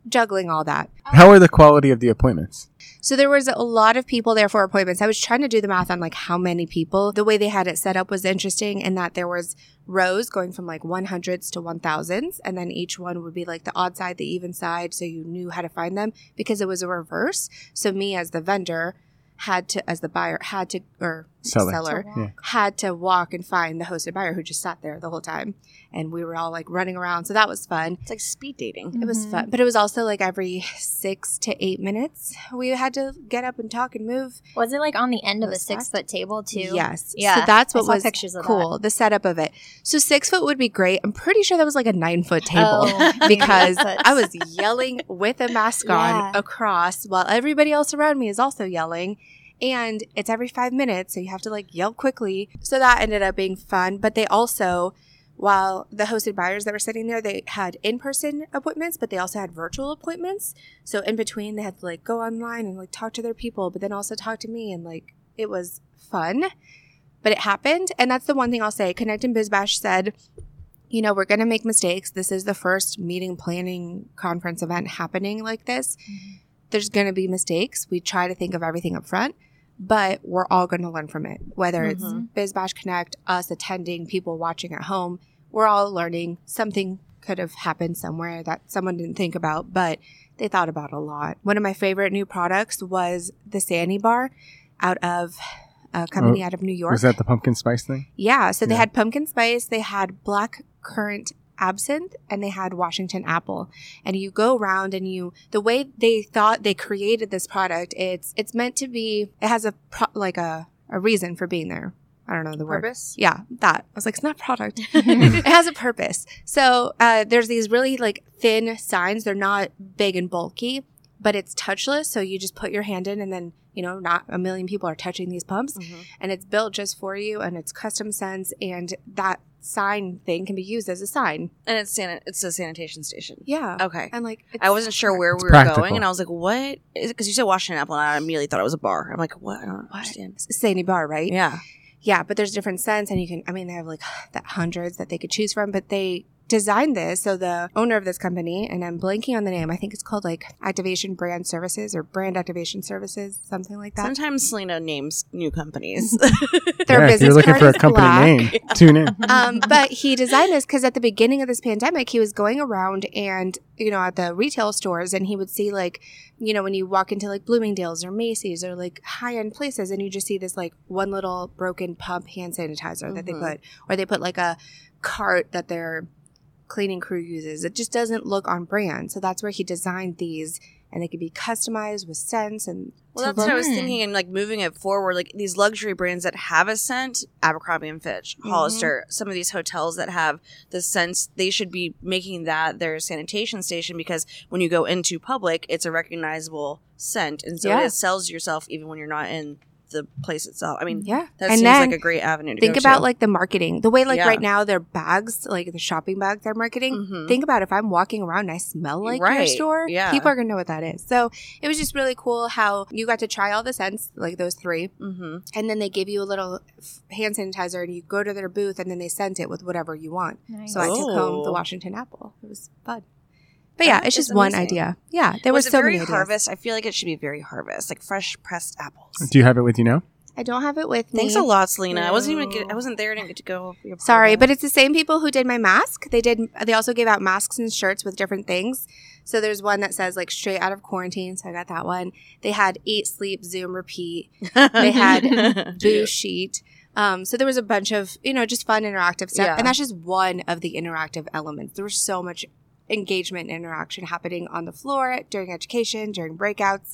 Speaker 3: juggling all that
Speaker 4: How are the quality of the appointments?
Speaker 3: so there was a lot of people there for appointments i was trying to do the math on like how many people the way they had it set up was interesting in that there was rows going from like 100s to 1000s and then each one would be like the odd side the even side so you knew how to find them because it was a reverse so me as the vendor had to as the buyer had to or
Speaker 4: Seller.
Speaker 3: seller
Speaker 4: Yeah.
Speaker 3: had to walk and find the hosted buyer who just sat there the whole time. And we were all like running around. So that was fun.
Speaker 2: It's like speed dating.
Speaker 3: It was
Speaker 5: Mm-hmm.
Speaker 3: fun. But it was also like every six to eight minutes, we had to get up and talk and move.
Speaker 5: Was it like on the end of a
Speaker 3: Was
Speaker 5: six foot table too?
Speaker 3: Yes. So
Speaker 5: Yeah.
Speaker 3: that's
Speaker 5: I
Speaker 3: what
Speaker 5: saw
Speaker 3: was
Speaker 5: pictures of
Speaker 3: cool, the setup of it. So six foot would be great. I'm pretty sure that was like a nine foot table.
Speaker 5: Oh, maybe
Speaker 3: Because
Speaker 5: that's
Speaker 3: I was yelling with a mask on
Speaker 5: Yeah.
Speaker 3: across while everybody else around me is also yelling. And it's every five minutes, so you have to like yell quickly. So that ended up being fun. But they also, while the hosted buyers that were sitting there, they had in person appointments, but they also had virtual appointments. So in between, they had to like go online and like talk to their people, but then also talk to me. And like it was fun, but it happened. And that's the one thing I'll say. Connect and BizBash said, you know, we're going to make mistakes. This is the first meeting planning conference event happening like this. There's going to be mistakes. We try to think of everything up front, but we're all going to learn from it, whether
Speaker 5: Mhm.
Speaker 3: it's BizBash Connect, us attending, people watching at home. We're all learning something could have happened somewhere that someone didn't think about, but they thought about a lot. One of my favorite new products was the Sandy Bar out of a company out of New York.
Speaker 4: Was that the pumpkin spice thing?
Speaker 3: Yeah. So they
Speaker 4: Yeah.
Speaker 3: had pumpkin spice, they had black currant absinthe, and they had Washington apple. And you go around and you the way they thought they created this product, it's it's meant to be. It has a pro, like a a reason for being there. I don't know the word.
Speaker 2: Purpose?
Speaker 3: Yeah, that. I was like, it's not product. it has a purpose. So uh, there's these really like thin signs. They're not big and bulky, but it's touchless. So you just put your hand in, and then you know, not a million people are touching these pumps,
Speaker 2: Mm-hmm.
Speaker 3: and it's built just for you, and it's custom sense, and that sign thing can be used as a sign.
Speaker 2: And it's san- it's a sanitation station.
Speaker 3: Yeah.
Speaker 2: Okay.
Speaker 3: And like, it's
Speaker 2: I wasn't sure where
Speaker 4: It's
Speaker 2: we were
Speaker 4: practical.
Speaker 2: going, and I was like, "What?" Because you said Washington Apple, and I immediately thought it was a bar. I'm like, "What?" I don't understand.
Speaker 3: Sandy Bar, right?
Speaker 2: Yeah,
Speaker 3: Yeah, but there's different scents, and you can. I mean, they have like that hundreds that they could choose from, but they designed this. So the owner of this company, and I'm blanking on the name. I think it's called like Activation Brand Services or Brand Activation Services, something like that.
Speaker 2: sometimes Selena names new companies.
Speaker 3: Their
Speaker 4: yeah, if you're
Speaker 3: business
Speaker 4: looking
Speaker 3: card
Speaker 4: for a
Speaker 3: is
Speaker 4: company
Speaker 3: black.
Speaker 4: name, tune in.
Speaker 3: um, but he designed this because at the beginning of this pandemic, he was going around and, you know, at the retail stores and he would see like, you know, when you walk into like Bloomingdale's or Macy's or like high end places and you just see this like one little broken pump hand sanitizer that they
Speaker 2: Mhm.
Speaker 3: put, or they put like a cart that their cleaning crew uses. It just doesn't look on brand. So that's where he designed these and they could be customized with scents and
Speaker 2: well,
Speaker 3: to
Speaker 2: that's what I was
Speaker 3: look-
Speaker 2: thinking, and like moving it forward, like these luxury brands that have a scent, Abercrombie and Fitch,
Speaker 3: Mm-hmm.
Speaker 2: Hollister, some of these hotels that have the scents, they should be making that their sanitation station because when you go into public, it's a recognizable scent, and so
Speaker 3: Yeah.
Speaker 2: it sells yourself even when you're not in the place itself. I mean,
Speaker 3: yeah.
Speaker 2: that
Speaker 3: And
Speaker 2: seems
Speaker 3: then
Speaker 2: like a great avenue to
Speaker 3: think
Speaker 2: go
Speaker 3: about
Speaker 2: to.
Speaker 3: like the marketing, the way like
Speaker 2: Yeah.
Speaker 3: right now their bags, like the shopping bags they're marketing.
Speaker 2: Mhm.
Speaker 3: Think about if I'm walking around and I smell like your
Speaker 2: Right.
Speaker 3: store,
Speaker 2: Yeah.
Speaker 3: people are gonna know what that is. So it was just really cool how you got to try all the scents, like those three,
Speaker 2: Mm-hmm.
Speaker 3: and then they give you a little f- hand sanitizer, and you go to their booth, and then they scent it with whatever you want. So I took home the
Speaker 2: Oh.
Speaker 3: Washington apple. It was fun, but yeah,
Speaker 2: That
Speaker 3: it's
Speaker 2: is
Speaker 3: just one
Speaker 2: amazing.
Speaker 3: idea. Yeah, there
Speaker 2: was
Speaker 3: was, so
Speaker 2: it very
Speaker 3: many ideas.
Speaker 2: harvest. I feel like it should be very harvest, like fresh pressed apples.
Speaker 4: Do you have it with you now?
Speaker 3: I don't have it with me.
Speaker 2: Thanks a lot, Selena. I wasn't even.
Speaker 3: No.
Speaker 2: Get, I wasn't there. I didn't get to go. be a part of
Speaker 3: Sorry,
Speaker 2: it.
Speaker 3: but it's the same people who did my mask. They did. They also gave out masks and shirts with different things. So there's one that says like straight out of quarantine. So I got that one. They had eat, sleep, Zoom, repeat, they had boo sheet. Um, so there was a bunch of you know just fun interactive stuff,
Speaker 2: Yeah.
Speaker 3: and that's just one of the interactive elements. There was so much engagement and interaction happening on the floor during education, during breakouts.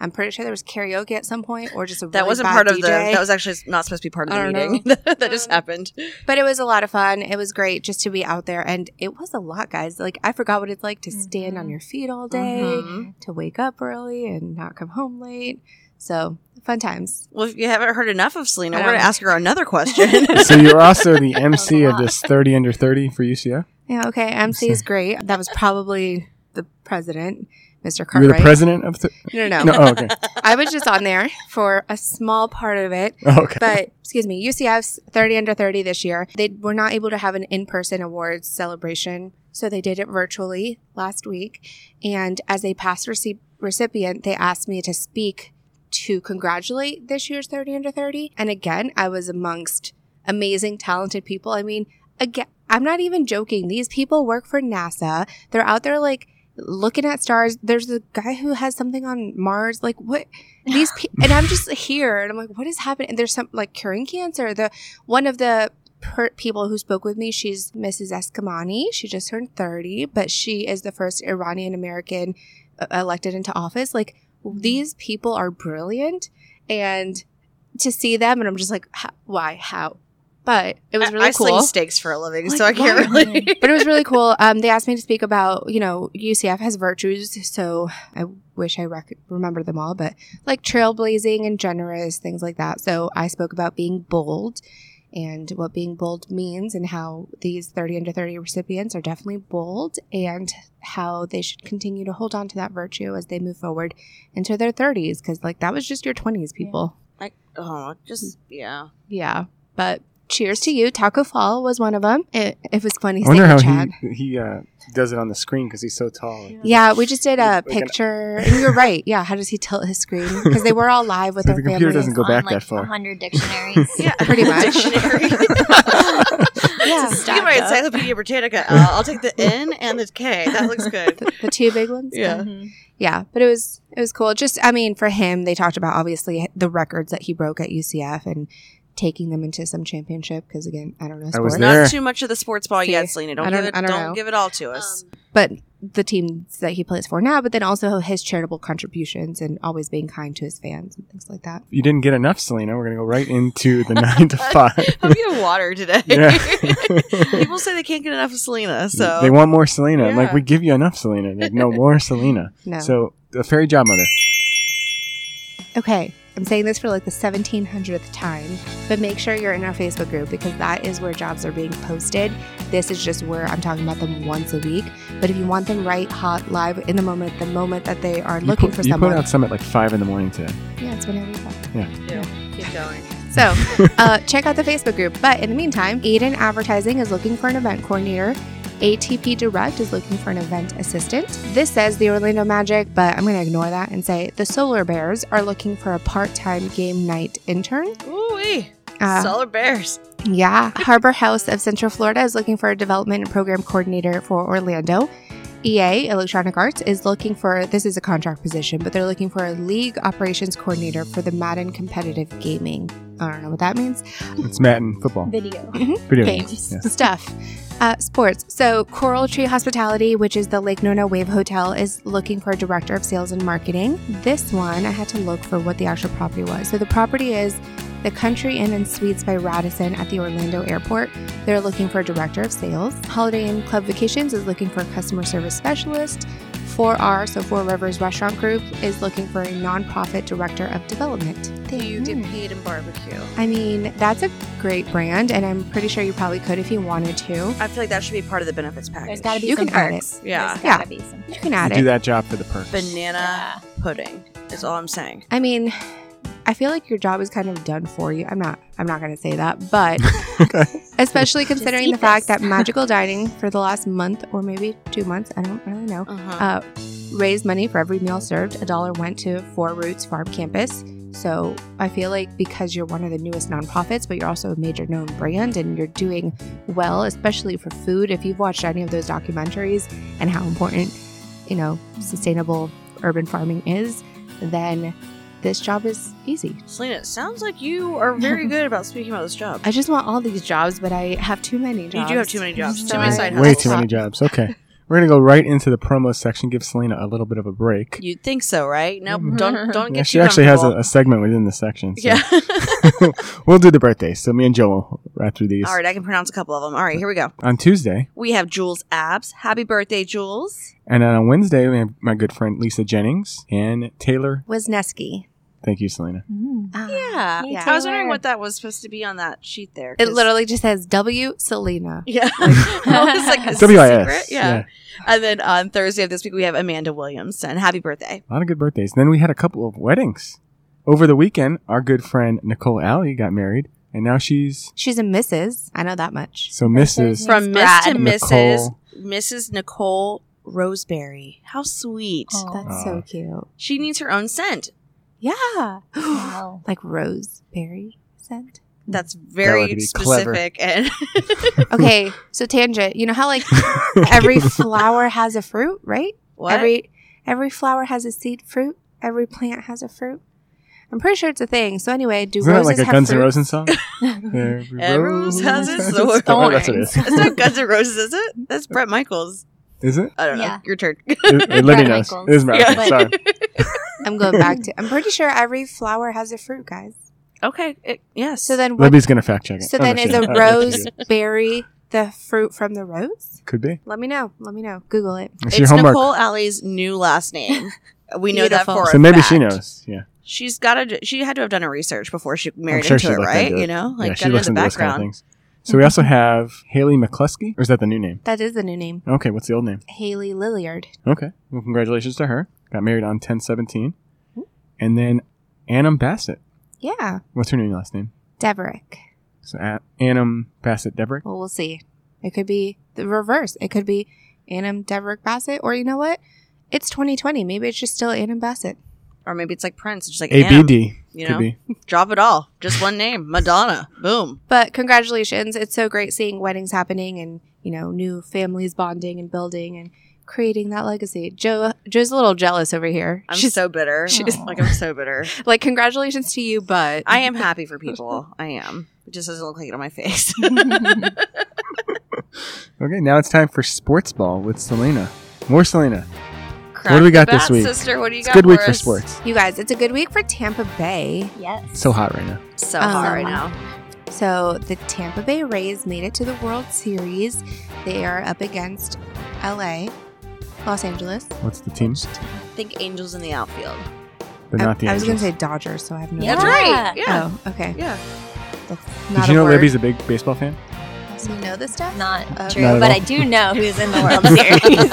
Speaker 3: I'm pretty sure there was karaoke at some point, or just a
Speaker 2: That
Speaker 3: really
Speaker 2: wasn't
Speaker 3: bad
Speaker 2: part of the.
Speaker 3: DJ.
Speaker 2: That was actually not supposed to be part of
Speaker 3: I
Speaker 2: the
Speaker 3: don't
Speaker 2: meeting. that just
Speaker 3: Um,
Speaker 2: happened.
Speaker 3: But it was a lot of fun. It was great just to be out there. And it was a lot, guys. Like, I forgot what it's like to stand on
Speaker 5: Mhm.
Speaker 3: your feet all day,
Speaker 5: Mm-hmm.
Speaker 3: to wake up early and not come home late. So, fun times.
Speaker 2: Well, if you haven't heard enough of Selena,
Speaker 3: I
Speaker 2: we're going
Speaker 3: know.
Speaker 2: to ask her another question.
Speaker 4: So you're also the MC of this 30 under 30 for UCF.
Speaker 3: Yeah, okay. MC is great. That was probably the president, Mr.
Speaker 4: You're
Speaker 3: Cartwright.
Speaker 4: the president of. Th-
Speaker 3: no, no,
Speaker 4: no,
Speaker 3: no.
Speaker 4: oh, okay.
Speaker 3: I was just on there for a small part of it.
Speaker 4: Oh, okay.
Speaker 3: But excuse me, UCF's 30 under 30 this year. They were not able to have an in person awards celebration, so they did it virtually last week. And as a past rece- recipient, they asked me to speak to congratulate this year's 30 under 30. And again, I was amongst amazing, talented people. I mean, again, I'm not even joking. These people work for NASA. They're out there like looking at stars. There's a guy who has something on Mars. Like what? These pe- and I'm just here and I'm like, what is happening? And there's some like curing cancer. The one of the per- people who spoke with me, she's Mrs. Eskamani. She just turned 30, but she is the first Iranian American uh, elected into office. Like
Speaker 2: Mm-hmm.
Speaker 3: these people are brilliant and to see them and I'm just like, "How- why? How? But it was really
Speaker 2: I, I
Speaker 3: cool
Speaker 2: sling steaks for a living,
Speaker 3: Like,
Speaker 2: so I can't
Speaker 5: why?
Speaker 2: really.
Speaker 3: but it was really cool. Um, they asked me to speak about, you know, UCF has virtues, so I wish I rec- remember them all, but like trailblazing and generous, things like that. So I spoke about being bold and what being bold means and how these 30 under 30 recipients are definitely bold and how they should continue to hold on to that virtue as they move forward into their 30s because like that was just your 20s people
Speaker 2: I, oh, just yeah.
Speaker 3: yeah, but cheers to you taco fall was one of them it, it was funny
Speaker 4: I wonder
Speaker 3: seeing
Speaker 4: how
Speaker 3: Chad.
Speaker 4: he he uh, does it on the screen because he's so tall.
Speaker 3: Yeah, we just did a
Speaker 4: Like an-
Speaker 3: picture. and you're right. Yeah, how does he tilt his screen? Because they were all live with
Speaker 4: So
Speaker 3: their
Speaker 4: the computer
Speaker 3: families.
Speaker 4: doesn't go back that far.
Speaker 5: hundred dictionaries.
Speaker 2: Yeah,
Speaker 3: pretty much.
Speaker 2: Dictionary.
Speaker 3: Yeah.
Speaker 2: Just Give my
Speaker 5: Stacked up.
Speaker 2: Encyclopedia Britannica. I'll, I'll take the N and the K. That looks good.
Speaker 3: the, the two big ones.
Speaker 2: Yeah.
Speaker 5: Mm-hmm.
Speaker 3: yeah, but it was it was cool. Just I mean, for him, they talked about obviously the records that he broke at UCF and taking them into some championship. Because again, I don't know
Speaker 4: I was
Speaker 3: sports.
Speaker 4: there.
Speaker 2: Not too much of the sports ball
Speaker 3: See,
Speaker 2: yet, Selena. Don't, Um,
Speaker 3: I don't-
Speaker 2: give it.
Speaker 3: I don't
Speaker 2: Don't,
Speaker 3: know.
Speaker 2: give it all to us.
Speaker 3: But the teams that he plays for now, but then also his charitable contributions and always being kind to his fans and things like that.
Speaker 4: You didn't get enough, Selena. We're going to go right into the nine to five.
Speaker 2: I'm getting water today.
Speaker 4: Yeah.
Speaker 2: People say they can't get enough of Selena, so
Speaker 4: They want more Selena. I'm Like,
Speaker 2: Yeah.
Speaker 4: we give you enough Selena. Like, no more Selena.
Speaker 3: No.
Speaker 4: So, the fairy job mother.
Speaker 3: Okay, I'm saying this for like the 1700th time, but make sure you're in our Facebook group because that is where jobs are being posted. This is just where I'm talking about them once a week. But if you want them right, hot, live, in the moment, the moment that they are
Speaker 4: You
Speaker 3: looking
Speaker 4: put,
Speaker 3: for
Speaker 4: you
Speaker 3: someone,
Speaker 4: put out some at like five in the morning today.
Speaker 3: yeah, it's whenever you want.
Speaker 2: Yeah, keep going.
Speaker 3: So uh, check out the Facebook group. But in the meantime, Aiden Advertising is looking for an event coordinator. ATP Direct is looking for an event assistant. This says the Orlando Magic, but I'm going to ignore that and say the Solar Bears are looking for a part time game night intern.
Speaker 2: Ooh wee,
Speaker 3: Uh,
Speaker 2: Solar Bears.
Speaker 3: yeah. Harbor House of Central Florida is looking for a development and program coordinator for Orlando. EA, Electronic Arts, is looking for this is a contract position, but they're looking for a league operations coordinator for the Madden competitive gaming. I don't know what that means.
Speaker 4: It's Madden football.
Speaker 5: Video.
Speaker 4: Video
Speaker 3: games
Speaker 4: Yes.
Speaker 3: stuff uh, sports so coral tree hospitality which is the lake nona wave hotel is looking for a director of sales and marketing this one i had to look for what the actual property was so the property is the country inn and suites by radisson at the orlando airport they're looking for a director of sales holiday inn club vacations is looking for a customer service specialist 4R, so Four Rivers Restaurant Group, is looking for a nonprofit director of development. Hmm.
Speaker 2: You did paid in barbecue.
Speaker 3: I mean, that's a great brand, and I'm pretty sure you probably could if you wanted to.
Speaker 2: I feel like that should be part of the benefits package.
Speaker 5: There's got to be
Speaker 3: You
Speaker 5: some
Speaker 3: can add
Speaker 5: perks.
Speaker 3: it.
Speaker 2: Yeah.
Speaker 5: There's got to be some.
Speaker 3: You can
Speaker 4: You
Speaker 3: add
Speaker 4: do
Speaker 3: it.
Speaker 4: that job for the perks.
Speaker 2: banana pudding. Is all I'm saying.
Speaker 3: I mean, I feel like your job is kind of done for you. I'm not. I'm not going to say that, but
Speaker 4: Okay.
Speaker 3: especially
Speaker 5: Just
Speaker 3: considering
Speaker 5: eat
Speaker 3: the fact
Speaker 5: this.
Speaker 3: that magical dining for the last month or maybe two months, I don't really know,
Speaker 2: Uh-huh.
Speaker 3: uh, raised money for every meal served. A dollar went to Four Roots Farm Campus. So I feel like because you're one of the newest nonprofits, but you're also a major known brand and you're doing well, especially for food. If you've watched any of those documentaries and how important, you know, sustainable urban farming is, then this job is easy.
Speaker 2: Selena, it sounds like you are very good about speaking about this job.
Speaker 3: I just want all these jobs, but I have too many
Speaker 2: you
Speaker 3: jobs.
Speaker 2: do have too many jobs. Too
Speaker 3: Sorry.
Speaker 2: many side
Speaker 4: Way
Speaker 2: hustles.
Speaker 4: too many jobs. Okay. We're going to go right into the promo section, give Selena a little bit of a break.
Speaker 2: You'd think so, right? Nope. Don't don't
Speaker 4: Mm-hmm. Yeah,
Speaker 2: get
Speaker 4: she
Speaker 2: too
Speaker 4: actually has a,
Speaker 2: comfortable.
Speaker 4: a segment within the section. so.
Speaker 2: Yeah.
Speaker 4: we'll do the birthdays. So me and Joe will wrap through these.
Speaker 2: all right, I can pronounce a couple of them. All right, here we go.
Speaker 4: On Tuesday,
Speaker 2: We have Jules Abs. Happy birthday, Jules.
Speaker 4: and then on Wednesday, we have my good friend Lisa Jennings and Taylor.
Speaker 3: Wisneski.
Speaker 4: Thank you, Selena.
Speaker 5: Mm.
Speaker 3: Ah.
Speaker 2: Yeah.
Speaker 5: Yay,
Speaker 2: I was wondering
Speaker 5: Taylor.
Speaker 2: what that was supposed to be on that sheet there.
Speaker 3: It
Speaker 2: 'cause-
Speaker 3: literally just says W. Selena.
Speaker 2: Yeah. I was like, is this a secret?
Speaker 4: WIS.
Speaker 2: Yeah. And then on Thursday of this week, we have Amanda Williams. And happy birthday.
Speaker 4: A lot of good birthdays. Then we had a couple of weddings. Over the weekend, our good friend Nicole Alley got married, and now she's
Speaker 3: She's a Mrs. I know that much.
Speaker 4: so Mrs.
Speaker 5: Thanks,
Speaker 2: From Miss
Speaker 5: Brad.
Speaker 2: to Mrs.
Speaker 4: Nicole.
Speaker 2: Mrs. Nicole Roseberry. How sweet.
Speaker 5: Oh,
Speaker 3: That's
Speaker 4: Aw.
Speaker 3: so cute.
Speaker 2: She needs her own scent.
Speaker 3: Yeah.
Speaker 5: wow.
Speaker 3: like roseberry scent.
Speaker 2: That's
Speaker 4: to
Speaker 2: very
Speaker 4: Mm. be clever.
Speaker 2: specific. And
Speaker 3: Okay, so tangent. You know how like every flower has a fruit, right?
Speaker 2: what?
Speaker 3: Every every flower has a seed fruit. Every plant has a fruit. I'm pretty sure it's a thing. So anyway, do
Speaker 4: Isn't that
Speaker 3: roses
Speaker 4: like a
Speaker 3: have
Speaker 4: Guns N'
Speaker 3: fruit?
Speaker 4: Roses song? Every
Speaker 2: Every rose has its thorn.
Speaker 4: Oh, That's what it is.
Speaker 2: That's not Guns N' Roses, is it? That's Brett Michaels.
Speaker 4: Is it?
Speaker 2: I don't know.
Speaker 5: Yeah.
Speaker 2: Your turn.
Speaker 4: It- it- Libby
Speaker 5: Brett
Speaker 4: knows.
Speaker 5: Michaels.
Speaker 4: It is Brett
Speaker 2: Yeah.
Speaker 4: Michaels, Sorry.
Speaker 3: I'm going back to. I'm pretty sure every flower has a fruit, guys.
Speaker 2: okay. It, yeah.
Speaker 3: So then what?
Speaker 4: Libby's gonna fact check it.
Speaker 3: so
Speaker 4: I'm
Speaker 3: then
Speaker 4: not
Speaker 3: is
Speaker 4: sure.
Speaker 3: a
Speaker 4: I don't know if she
Speaker 3: rose
Speaker 4: did.
Speaker 3: berry the fruit from the rose?
Speaker 4: Could be.
Speaker 3: Let me know. Let me know. Google it.
Speaker 4: It's, your
Speaker 2: it's
Speaker 4: homework.
Speaker 2: Nicole Alley's new last name. We know that
Speaker 3: Beautiful.
Speaker 2: for a
Speaker 4: so maybe she
Speaker 2: fact.
Speaker 4: knows. Yeah.
Speaker 2: She's got to. She had to have done her research before she married
Speaker 4: sure she
Speaker 2: into it,
Speaker 4: looked
Speaker 2: right?
Speaker 4: into it.
Speaker 2: You know,
Speaker 4: yeah,
Speaker 2: like
Speaker 4: she
Speaker 2: got
Speaker 4: looks
Speaker 2: into the
Speaker 4: into those kind of
Speaker 2: background.
Speaker 4: things. So we also have Haley McCluskey, or is that the new name?
Speaker 3: That is the new name,
Speaker 4: Okay, what's the old name?
Speaker 3: Haley Lilliard.
Speaker 4: Okay. Well, congratulations to her. Got married on ten seventeen, and then Annam Bassett.
Speaker 3: Yeah,
Speaker 4: What's her new last name?
Speaker 3: Deverick.
Speaker 4: So A- Annam Bassett Debrick.
Speaker 3: Well, we'll see. It could be the reverse. It could be Annam Deverick Bassett, or you know what? It's 2020. Maybe it's just still Annam Bassett.
Speaker 2: or maybe it's like Prince, just like ABD.
Speaker 4: ABD.
Speaker 2: You
Speaker 4: could
Speaker 2: know,
Speaker 4: be.
Speaker 2: drop it all. Just one name, Madonna. Boom.
Speaker 3: But congratulations. It's so great seeing weddings happening and, you know, new families bonding and building and creating that legacy. Joe Joe's a little jealous over here.
Speaker 2: I'm
Speaker 3: She's
Speaker 2: so bitter. Oh,
Speaker 5: she's-
Speaker 2: like I'm so bitter.
Speaker 3: like congratulations to you, but
Speaker 2: I am happy for people. I am. It just doesn't look like it on my face.
Speaker 4: Okay, now it's time for sports ball with Selena. More Selena.
Speaker 2: Crack
Speaker 4: do we
Speaker 2: the
Speaker 4: got this
Speaker 2: bat,
Speaker 4: week?
Speaker 2: Sister, what do you
Speaker 4: It's a
Speaker 2: got
Speaker 4: good week for
Speaker 2: us?
Speaker 4: sports.
Speaker 3: You guys, it's a good week for Tampa Bay.
Speaker 5: Yes.
Speaker 4: So hot right now.
Speaker 2: So
Speaker 3: Um,
Speaker 2: hot right now.
Speaker 3: So the Tampa Bay Rays made it to the World Series. They are up against LA, Los Angeles.
Speaker 4: What's the team?
Speaker 2: I think Angels in the outfield.
Speaker 4: But not the
Speaker 3: Oh, I, I was going
Speaker 4: Angels.
Speaker 3: to say Dodgers, so I have no
Speaker 5: Yeah.
Speaker 2: That's
Speaker 3: idea.
Speaker 2: right. Yeah.
Speaker 3: Oh, okay.
Speaker 2: Yeah.
Speaker 3: That's not
Speaker 4: Did you
Speaker 3: a
Speaker 4: know
Speaker 3: word.
Speaker 4: Libby's a big baseball fan?
Speaker 3: Does he know this stuff?
Speaker 5: Not
Speaker 3: Uh,
Speaker 5: true,
Speaker 4: Not at
Speaker 5: but
Speaker 4: all.
Speaker 5: I do know who's in the World Series.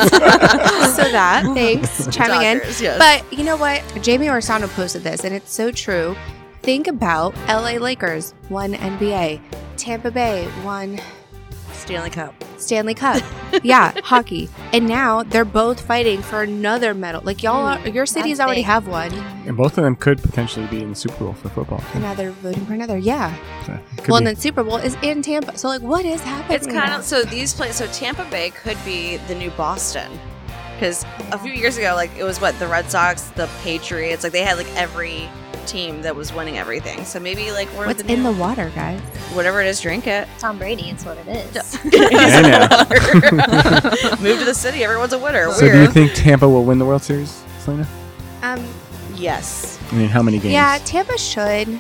Speaker 3: so that, thanks chiming in.
Speaker 2: Dodgers, yes.
Speaker 3: But you know what? Jamie Orsano posted this, and it's so true. Think about LA Lakers, one NBA, Tampa Bay, one
Speaker 2: Stanley Cup.
Speaker 3: Stanley Cup. yeah, hockey. And now they're both fighting for another medal. Like y'all, are, your cities
Speaker 5: that's
Speaker 3: already
Speaker 5: big.
Speaker 3: have one,
Speaker 4: And both of them could potentially be in the Super Bowl for football.
Speaker 3: and now they're voting for another. Yeah.
Speaker 4: So it could
Speaker 3: well,
Speaker 4: be.
Speaker 3: and then Super Bowl is in Tampa. So like, what is happening?
Speaker 2: It's kind of so these places. So Tampa Bay could be the new Boston because a few years ago, like it was what the Red Sox, the Patriots, like they had like every team that was winning everything. So maybe like we're
Speaker 3: what's
Speaker 2: the
Speaker 3: in
Speaker 2: new,
Speaker 3: the water, guys?
Speaker 2: whatever it is, drink it.
Speaker 5: Tom Brady, it's what it is.
Speaker 2: Move to the city. Everyone's a winner.
Speaker 4: so do you
Speaker 2: Weird.
Speaker 4: think Tampa will win the World Series, Selena?
Speaker 3: Um,
Speaker 2: yes.
Speaker 4: I mean, how many games?
Speaker 3: yeah, Tampa should.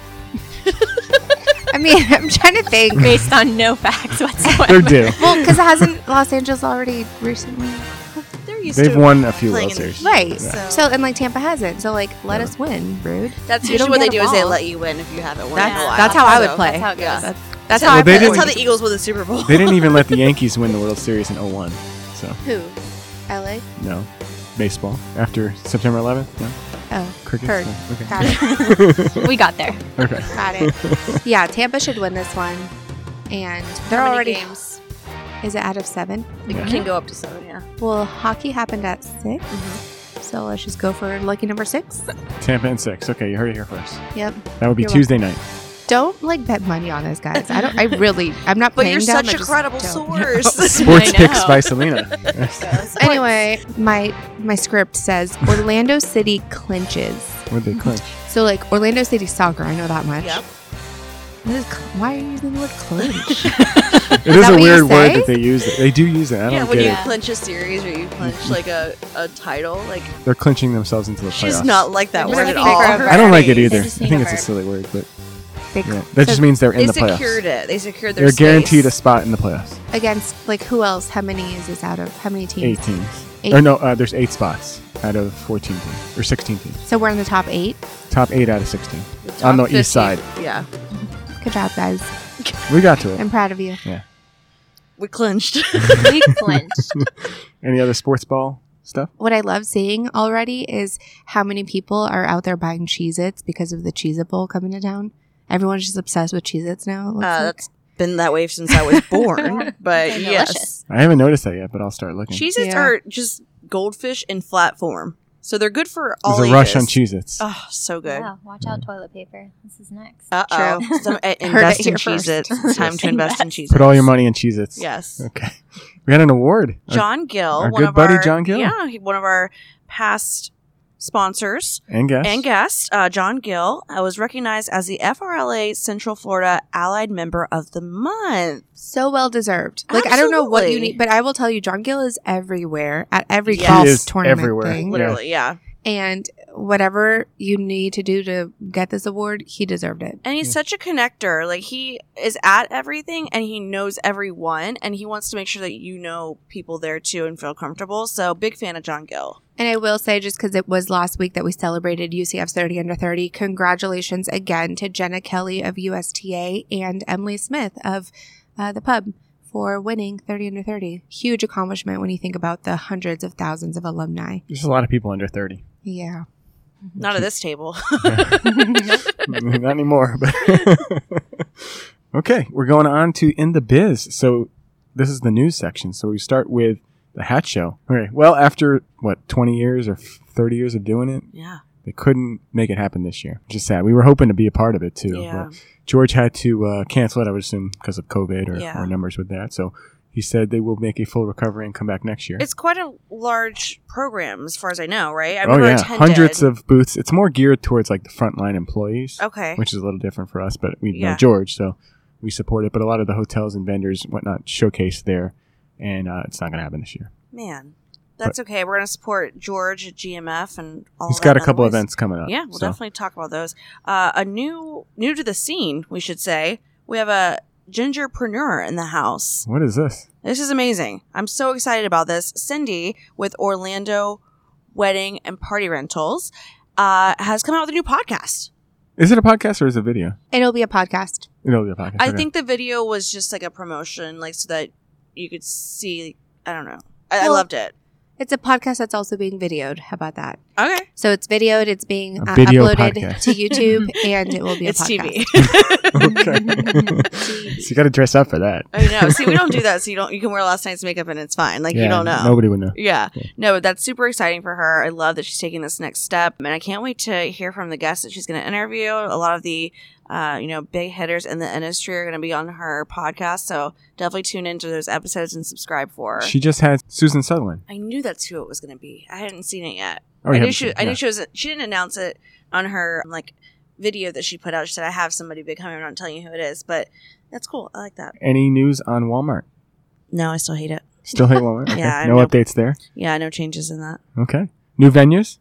Speaker 3: I mean, I'm trying to think.
Speaker 5: Based on no facts
Speaker 4: They're
Speaker 5: whatsoever.
Speaker 4: due.
Speaker 3: Well, because hasn't Los Angeles already recently?
Speaker 2: They're used
Speaker 4: They've
Speaker 2: to
Speaker 4: won a few
Speaker 2: playing
Speaker 4: World
Speaker 2: in the
Speaker 4: Series.
Speaker 2: heat,
Speaker 3: Right.
Speaker 4: Yeah.
Speaker 3: So and like Tampa hasn't. So like, let us win, rude.
Speaker 2: That's
Speaker 3: You
Speaker 2: usually
Speaker 3: don't
Speaker 2: what they do
Speaker 3: get a
Speaker 2: is they
Speaker 3: ball.
Speaker 2: let you win if you haven't won. in a
Speaker 3: That's
Speaker 2: while.
Speaker 3: that's how I would
Speaker 5: So
Speaker 3: play.
Speaker 5: That's how it goes.
Speaker 2: Yeah.
Speaker 3: That's, that's
Speaker 2: So
Speaker 3: how I
Speaker 4: they
Speaker 3: play.
Speaker 2: That's
Speaker 4: didn't-
Speaker 2: how the Eagles won the Super Bowl.
Speaker 4: They didn't even let the Yankees win the World Series in 01. So,
Speaker 3: Who? LA.
Speaker 4: no. Baseball. After September 11th? No.
Speaker 3: Oh,
Speaker 4: Cricket?
Speaker 3: Heard.
Speaker 4: No.
Speaker 3: got it.
Speaker 5: We got there.
Speaker 4: Okay. okay.
Speaker 3: Got it. Yeah, Tampa should win this one, and they're
Speaker 2: How many
Speaker 3: already.
Speaker 2: games.
Speaker 3: Is it out of seven?
Speaker 2: It
Speaker 4: Yeah.
Speaker 2: can go up to seven. Yeah.
Speaker 3: Well, hockey happened at 6
Speaker 2: Mm-hmm.
Speaker 3: so let's just go for lucky number six.
Speaker 4: Tampa and six. Okay, you heard it here first.
Speaker 3: Yep.
Speaker 4: That would be
Speaker 3: You're
Speaker 4: Tuesday night.
Speaker 3: Don't like bet money on this, guys. I don't. I really. I'm not.
Speaker 2: But
Speaker 3: playing
Speaker 2: you're
Speaker 3: dumb,
Speaker 2: such
Speaker 3: I
Speaker 2: a
Speaker 3: just
Speaker 2: credible
Speaker 3: don't.
Speaker 2: source.
Speaker 4: Sports
Speaker 5: I know.
Speaker 4: picks by Selena. Yes.
Speaker 3: Anyway, my my script says Orlando City clinches.
Speaker 4: Would they clinch?
Speaker 3: So like Orlando City soccer, I know that much.
Speaker 2: Yep.
Speaker 3: What is cl- why are you using the word clinch?
Speaker 4: It
Speaker 3: Is
Speaker 4: is
Speaker 3: that
Speaker 4: a
Speaker 3: what you
Speaker 4: weird word
Speaker 3: say?
Speaker 4: that they use. They do use it. I
Speaker 2: yeah,
Speaker 4: don't
Speaker 2: when
Speaker 4: get
Speaker 2: you
Speaker 4: it.
Speaker 5: it.
Speaker 2: clinch a series or you clinch like a, a title, like
Speaker 4: They're clinching themselves into the
Speaker 2: she's
Speaker 4: playoffs.
Speaker 2: not like that
Speaker 5: They're
Speaker 2: word
Speaker 5: just
Speaker 2: at
Speaker 5: looking for a
Speaker 2: all.
Speaker 5: verb.
Speaker 4: Oh, I don't like it
Speaker 5: It's
Speaker 4: either. I
Speaker 5: just saying
Speaker 4: think
Speaker 5: a
Speaker 4: it's a
Speaker 5: verb.
Speaker 4: silly word, but
Speaker 3: They
Speaker 4: yeah.
Speaker 3: cl-
Speaker 4: that
Speaker 3: so
Speaker 4: just means they're in
Speaker 2: They
Speaker 4: the playoffs.
Speaker 2: secured it. They secured their
Speaker 4: They're
Speaker 2: space.
Speaker 4: guaranteed a spot in the playoffs.
Speaker 3: against like who else? How many is this out of? How many
Speaker 4: Eight
Speaker 3: teams?
Speaker 4: teams.
Speaker 3: Eight.
Speaker 4: Or no, uh, there's eight spots out of 14 teams or 16 teams.
Speaker 3: So we're in the top eight.
Speaker 4: Top eight out of 16
Speaker 2: The top
Speaker 4: on the
Speaker 2: 15.
Speaker 4: east side.
Speaker 2: Yeah,
Speaker 3: Good job, guys.
Speaker 4: We got to it.
Speaker 3: I'm proud of you.
Speaker 2: we clinched.
Speaker 5: We clinched.
Speaker 4: Any other sports ball stuff?
Speaker 3: What I love seeing already is how many people are out there buying Cheez Its because of the Cheez It Bowl coming to town. Everyone's just obsessed with Cheez Its now. it looks
Speaker 2: Uh,
Speaker 3: like.
Speaker 2: that's been that way since I was born. but
Speaker 5: They're
Speaker 2: yes,
Speaker 5: delicious.
Speaker 4: I haven't noticed that yet, but I'll start looking.
Speaker 2: cheeses
Speaker 3: Yeah.
Speaker 2: are just goldfish in flat form, so they're good for all.
Speaker 4: there's a
Speaker 2: ages.
Speaker 4: rush on Cheez-Its.
Speaker 2: Oh, so good.
Speaker 5: Wow, watch out, toilet paper. This is next.
Speaker 2: Uh oh.
Speaker 3: True.
Speaker 2: invest in
Speaker 3: here first.
Speaker 2: Cheez Its. It's time to invest in Cheez Its.
Speaker 4: Put all your money in Cheez-Its.
Speaker 2: Yes.
Speaker 4: Okay. We had an award. uh, Our-
Speaker 2: John Gill,
Speaker 4: our
Speaker 2: one
Speaker 4: good
Speaker 2: of
Speaker 4: buddy
Speaker 2: our,
Speaker 4: John Gill?
Speaker 2: Yeah, he- one of our past sponsors.
Speaker 4: and guess.
Speaker 2: and guest uh, John Gill uh, was recognized as the FRLA Central Florida Allied Member of the Month.
Speaker 3: so well deserved. Like I don't know what you
Speaker 2: Absolutely.
Speaker 3: need, but I will tell you, John Gill is everywhere at every
Speaker 2: Yes.
Speaker 3: golf
Speaker 4: He is
Speaker 3: tournament
Speaker 4: everywhere.
Speaker 3: thing.
Speaker 2: Literally, yeah.
Speaker 3: and whatever you need to do to get this award, he deserved it.
Speaker 2: And he's
Speaker 4: Yeah.
Speaker 2: such a connector. Like he is at everything and he knows everyone and he wants to make sure that you know people there too and feel comfortable. So big fan of John Gill.
Speaker 3: And I will say, just because it was last week that we celebrated UCF's 30 under 30, congratulations again to Jenna Kelly of USTA and Emily Smith of uh, the pub for winning 30 under 30. Huge accomplishment when you think about the hundreds of thousands of alumni.
Speaker 4: There's a lot of people under 30.
Speaker 3: Yeah.
Speaker 4: Mm-hmm.
Speaker 2: Not at this table.
Speaker 4: Not anymore. But okay, we're going on to in the biz. So this is the news section. So we start with the Hat Show. Okay. Well, after what 20 years or 30 years of doing it,
Speaker 2: yeah.
Speaker 4: they couldn't make it happen this year. Which is sad. We were hoping to be a part of it too.
Speaker 2: Yeah.
Speaker 4: but George had to uh, cancel it. I would assume because of COVID or,
Speaker 2: Yeah.
Speaker 4: or numbers with that. So he said they will make a full recovery and come back next year.
Speaker 2: It's quite a large program as far as I know, right? I've
Speaker 4: oh
Speaker 2: never
Speaker 4: yeah,
Speaker 2: attended.
Speaker 4: hundreds of booths. It's more geared towards like the frontline employees.
Speaker 2: Okay.
Speaker 4: which is a little different for us, but we know
Speaker 2: Yeah.
Speaker 4: George, so we support it. But a lot of the hotels and vendors and whatnot showcase there, and uh, it's not going to happen this year.
Speaker 2: Man. That's okay. We're going to support George at GMF and all.
Speaker 4: He's
Speaker 2: that
Speaker 4: got a couple
Speaker 2: otherwise.
Speaker 4: events coming up.
Speaker 2: Yeah, we'll
Speaker 4: so.
Speaker 2: definitely talk about those. Uh, a new, new to the scene, we should say. We have a gingerpreneur in the house.
Speaker 4: What is this?
Speaker 2: This is amazing. I'm so excited about this. Cindy with Orlando Wedding and Party Rentals uh, has come out with a new podcast.
Speaker 4: Is it a podcast or is it a video?
Speaker 3: It'll be a podcast.
Speaker 4: It'll be a podcast.
Speaker 2: I
Speaker 4: okay.
Speaker 2: think the video was just like a promotion, like so that you could see. I don't know. I, I
Speaker 3: Well-
Speaker 2: loved it.
Speaker 3: It's a podcast that's also being videoed. How about that?
Speaker 2: Okay,
Speaker 3: So it's videoed. It's being
Speaker 4: A
Speaker 3: uh,
Speaker 4: video
Speaker 3: uploaded
Speaker 4: podcast.
Speaker 3: to YouTube, and it will be a
Speaker 2: it's
Speaker 3: podcast.
Speaker 2: TV.
Speaker 4: Okay. so you got to dress up for that.
Speaker 2: I know. See, we don't do that, so you don't. You can wear last night's makeup and it's fine. Like you
Speaker 4: Yeah,
Speaker 2: don't know.
Speaker 4: Nobody would know.
Speaker 2: Yeah. No, that's super exciting for her. I love that she's taking this next step. And I can't wait to hear from the guests that she's going to interview. A lot of the, uh, you know, big hitters in the industry are going to be on her podcast. So definitely tune into those episodes and subscribe for her.
Speaker 4: She just had Susan Sutherland.
Speaker 2: I knew that's who it was going to be. I hadn't seen it yet.
Speaker 4: Oh,
Speaker 2: I
Speaker 4: you
Speaker 2: knew
Speaker 4: haven't
Speaker 2: she,
Speaker 4: seen-
Speaker 2: I
Speaker 4: yeah.
Speaker 2: knew she was, she didn't announce it on her, like, video that she put out. She said, I have somebody big coming. I'm not telling you who it is, but that's cool. I like that.
Speaker 4: Any news on Walmart?
Speaker 2: No, I still hate it.
Speaker 4: Still hate Walmart. Okay.
Speaker 2: Yeah, I
Speaker 4: no
Speaker 2: know.
Speaker 4: updates there.
Speaker 2: Yeah, no changes in that.
Speaker 4: Okay. New venues.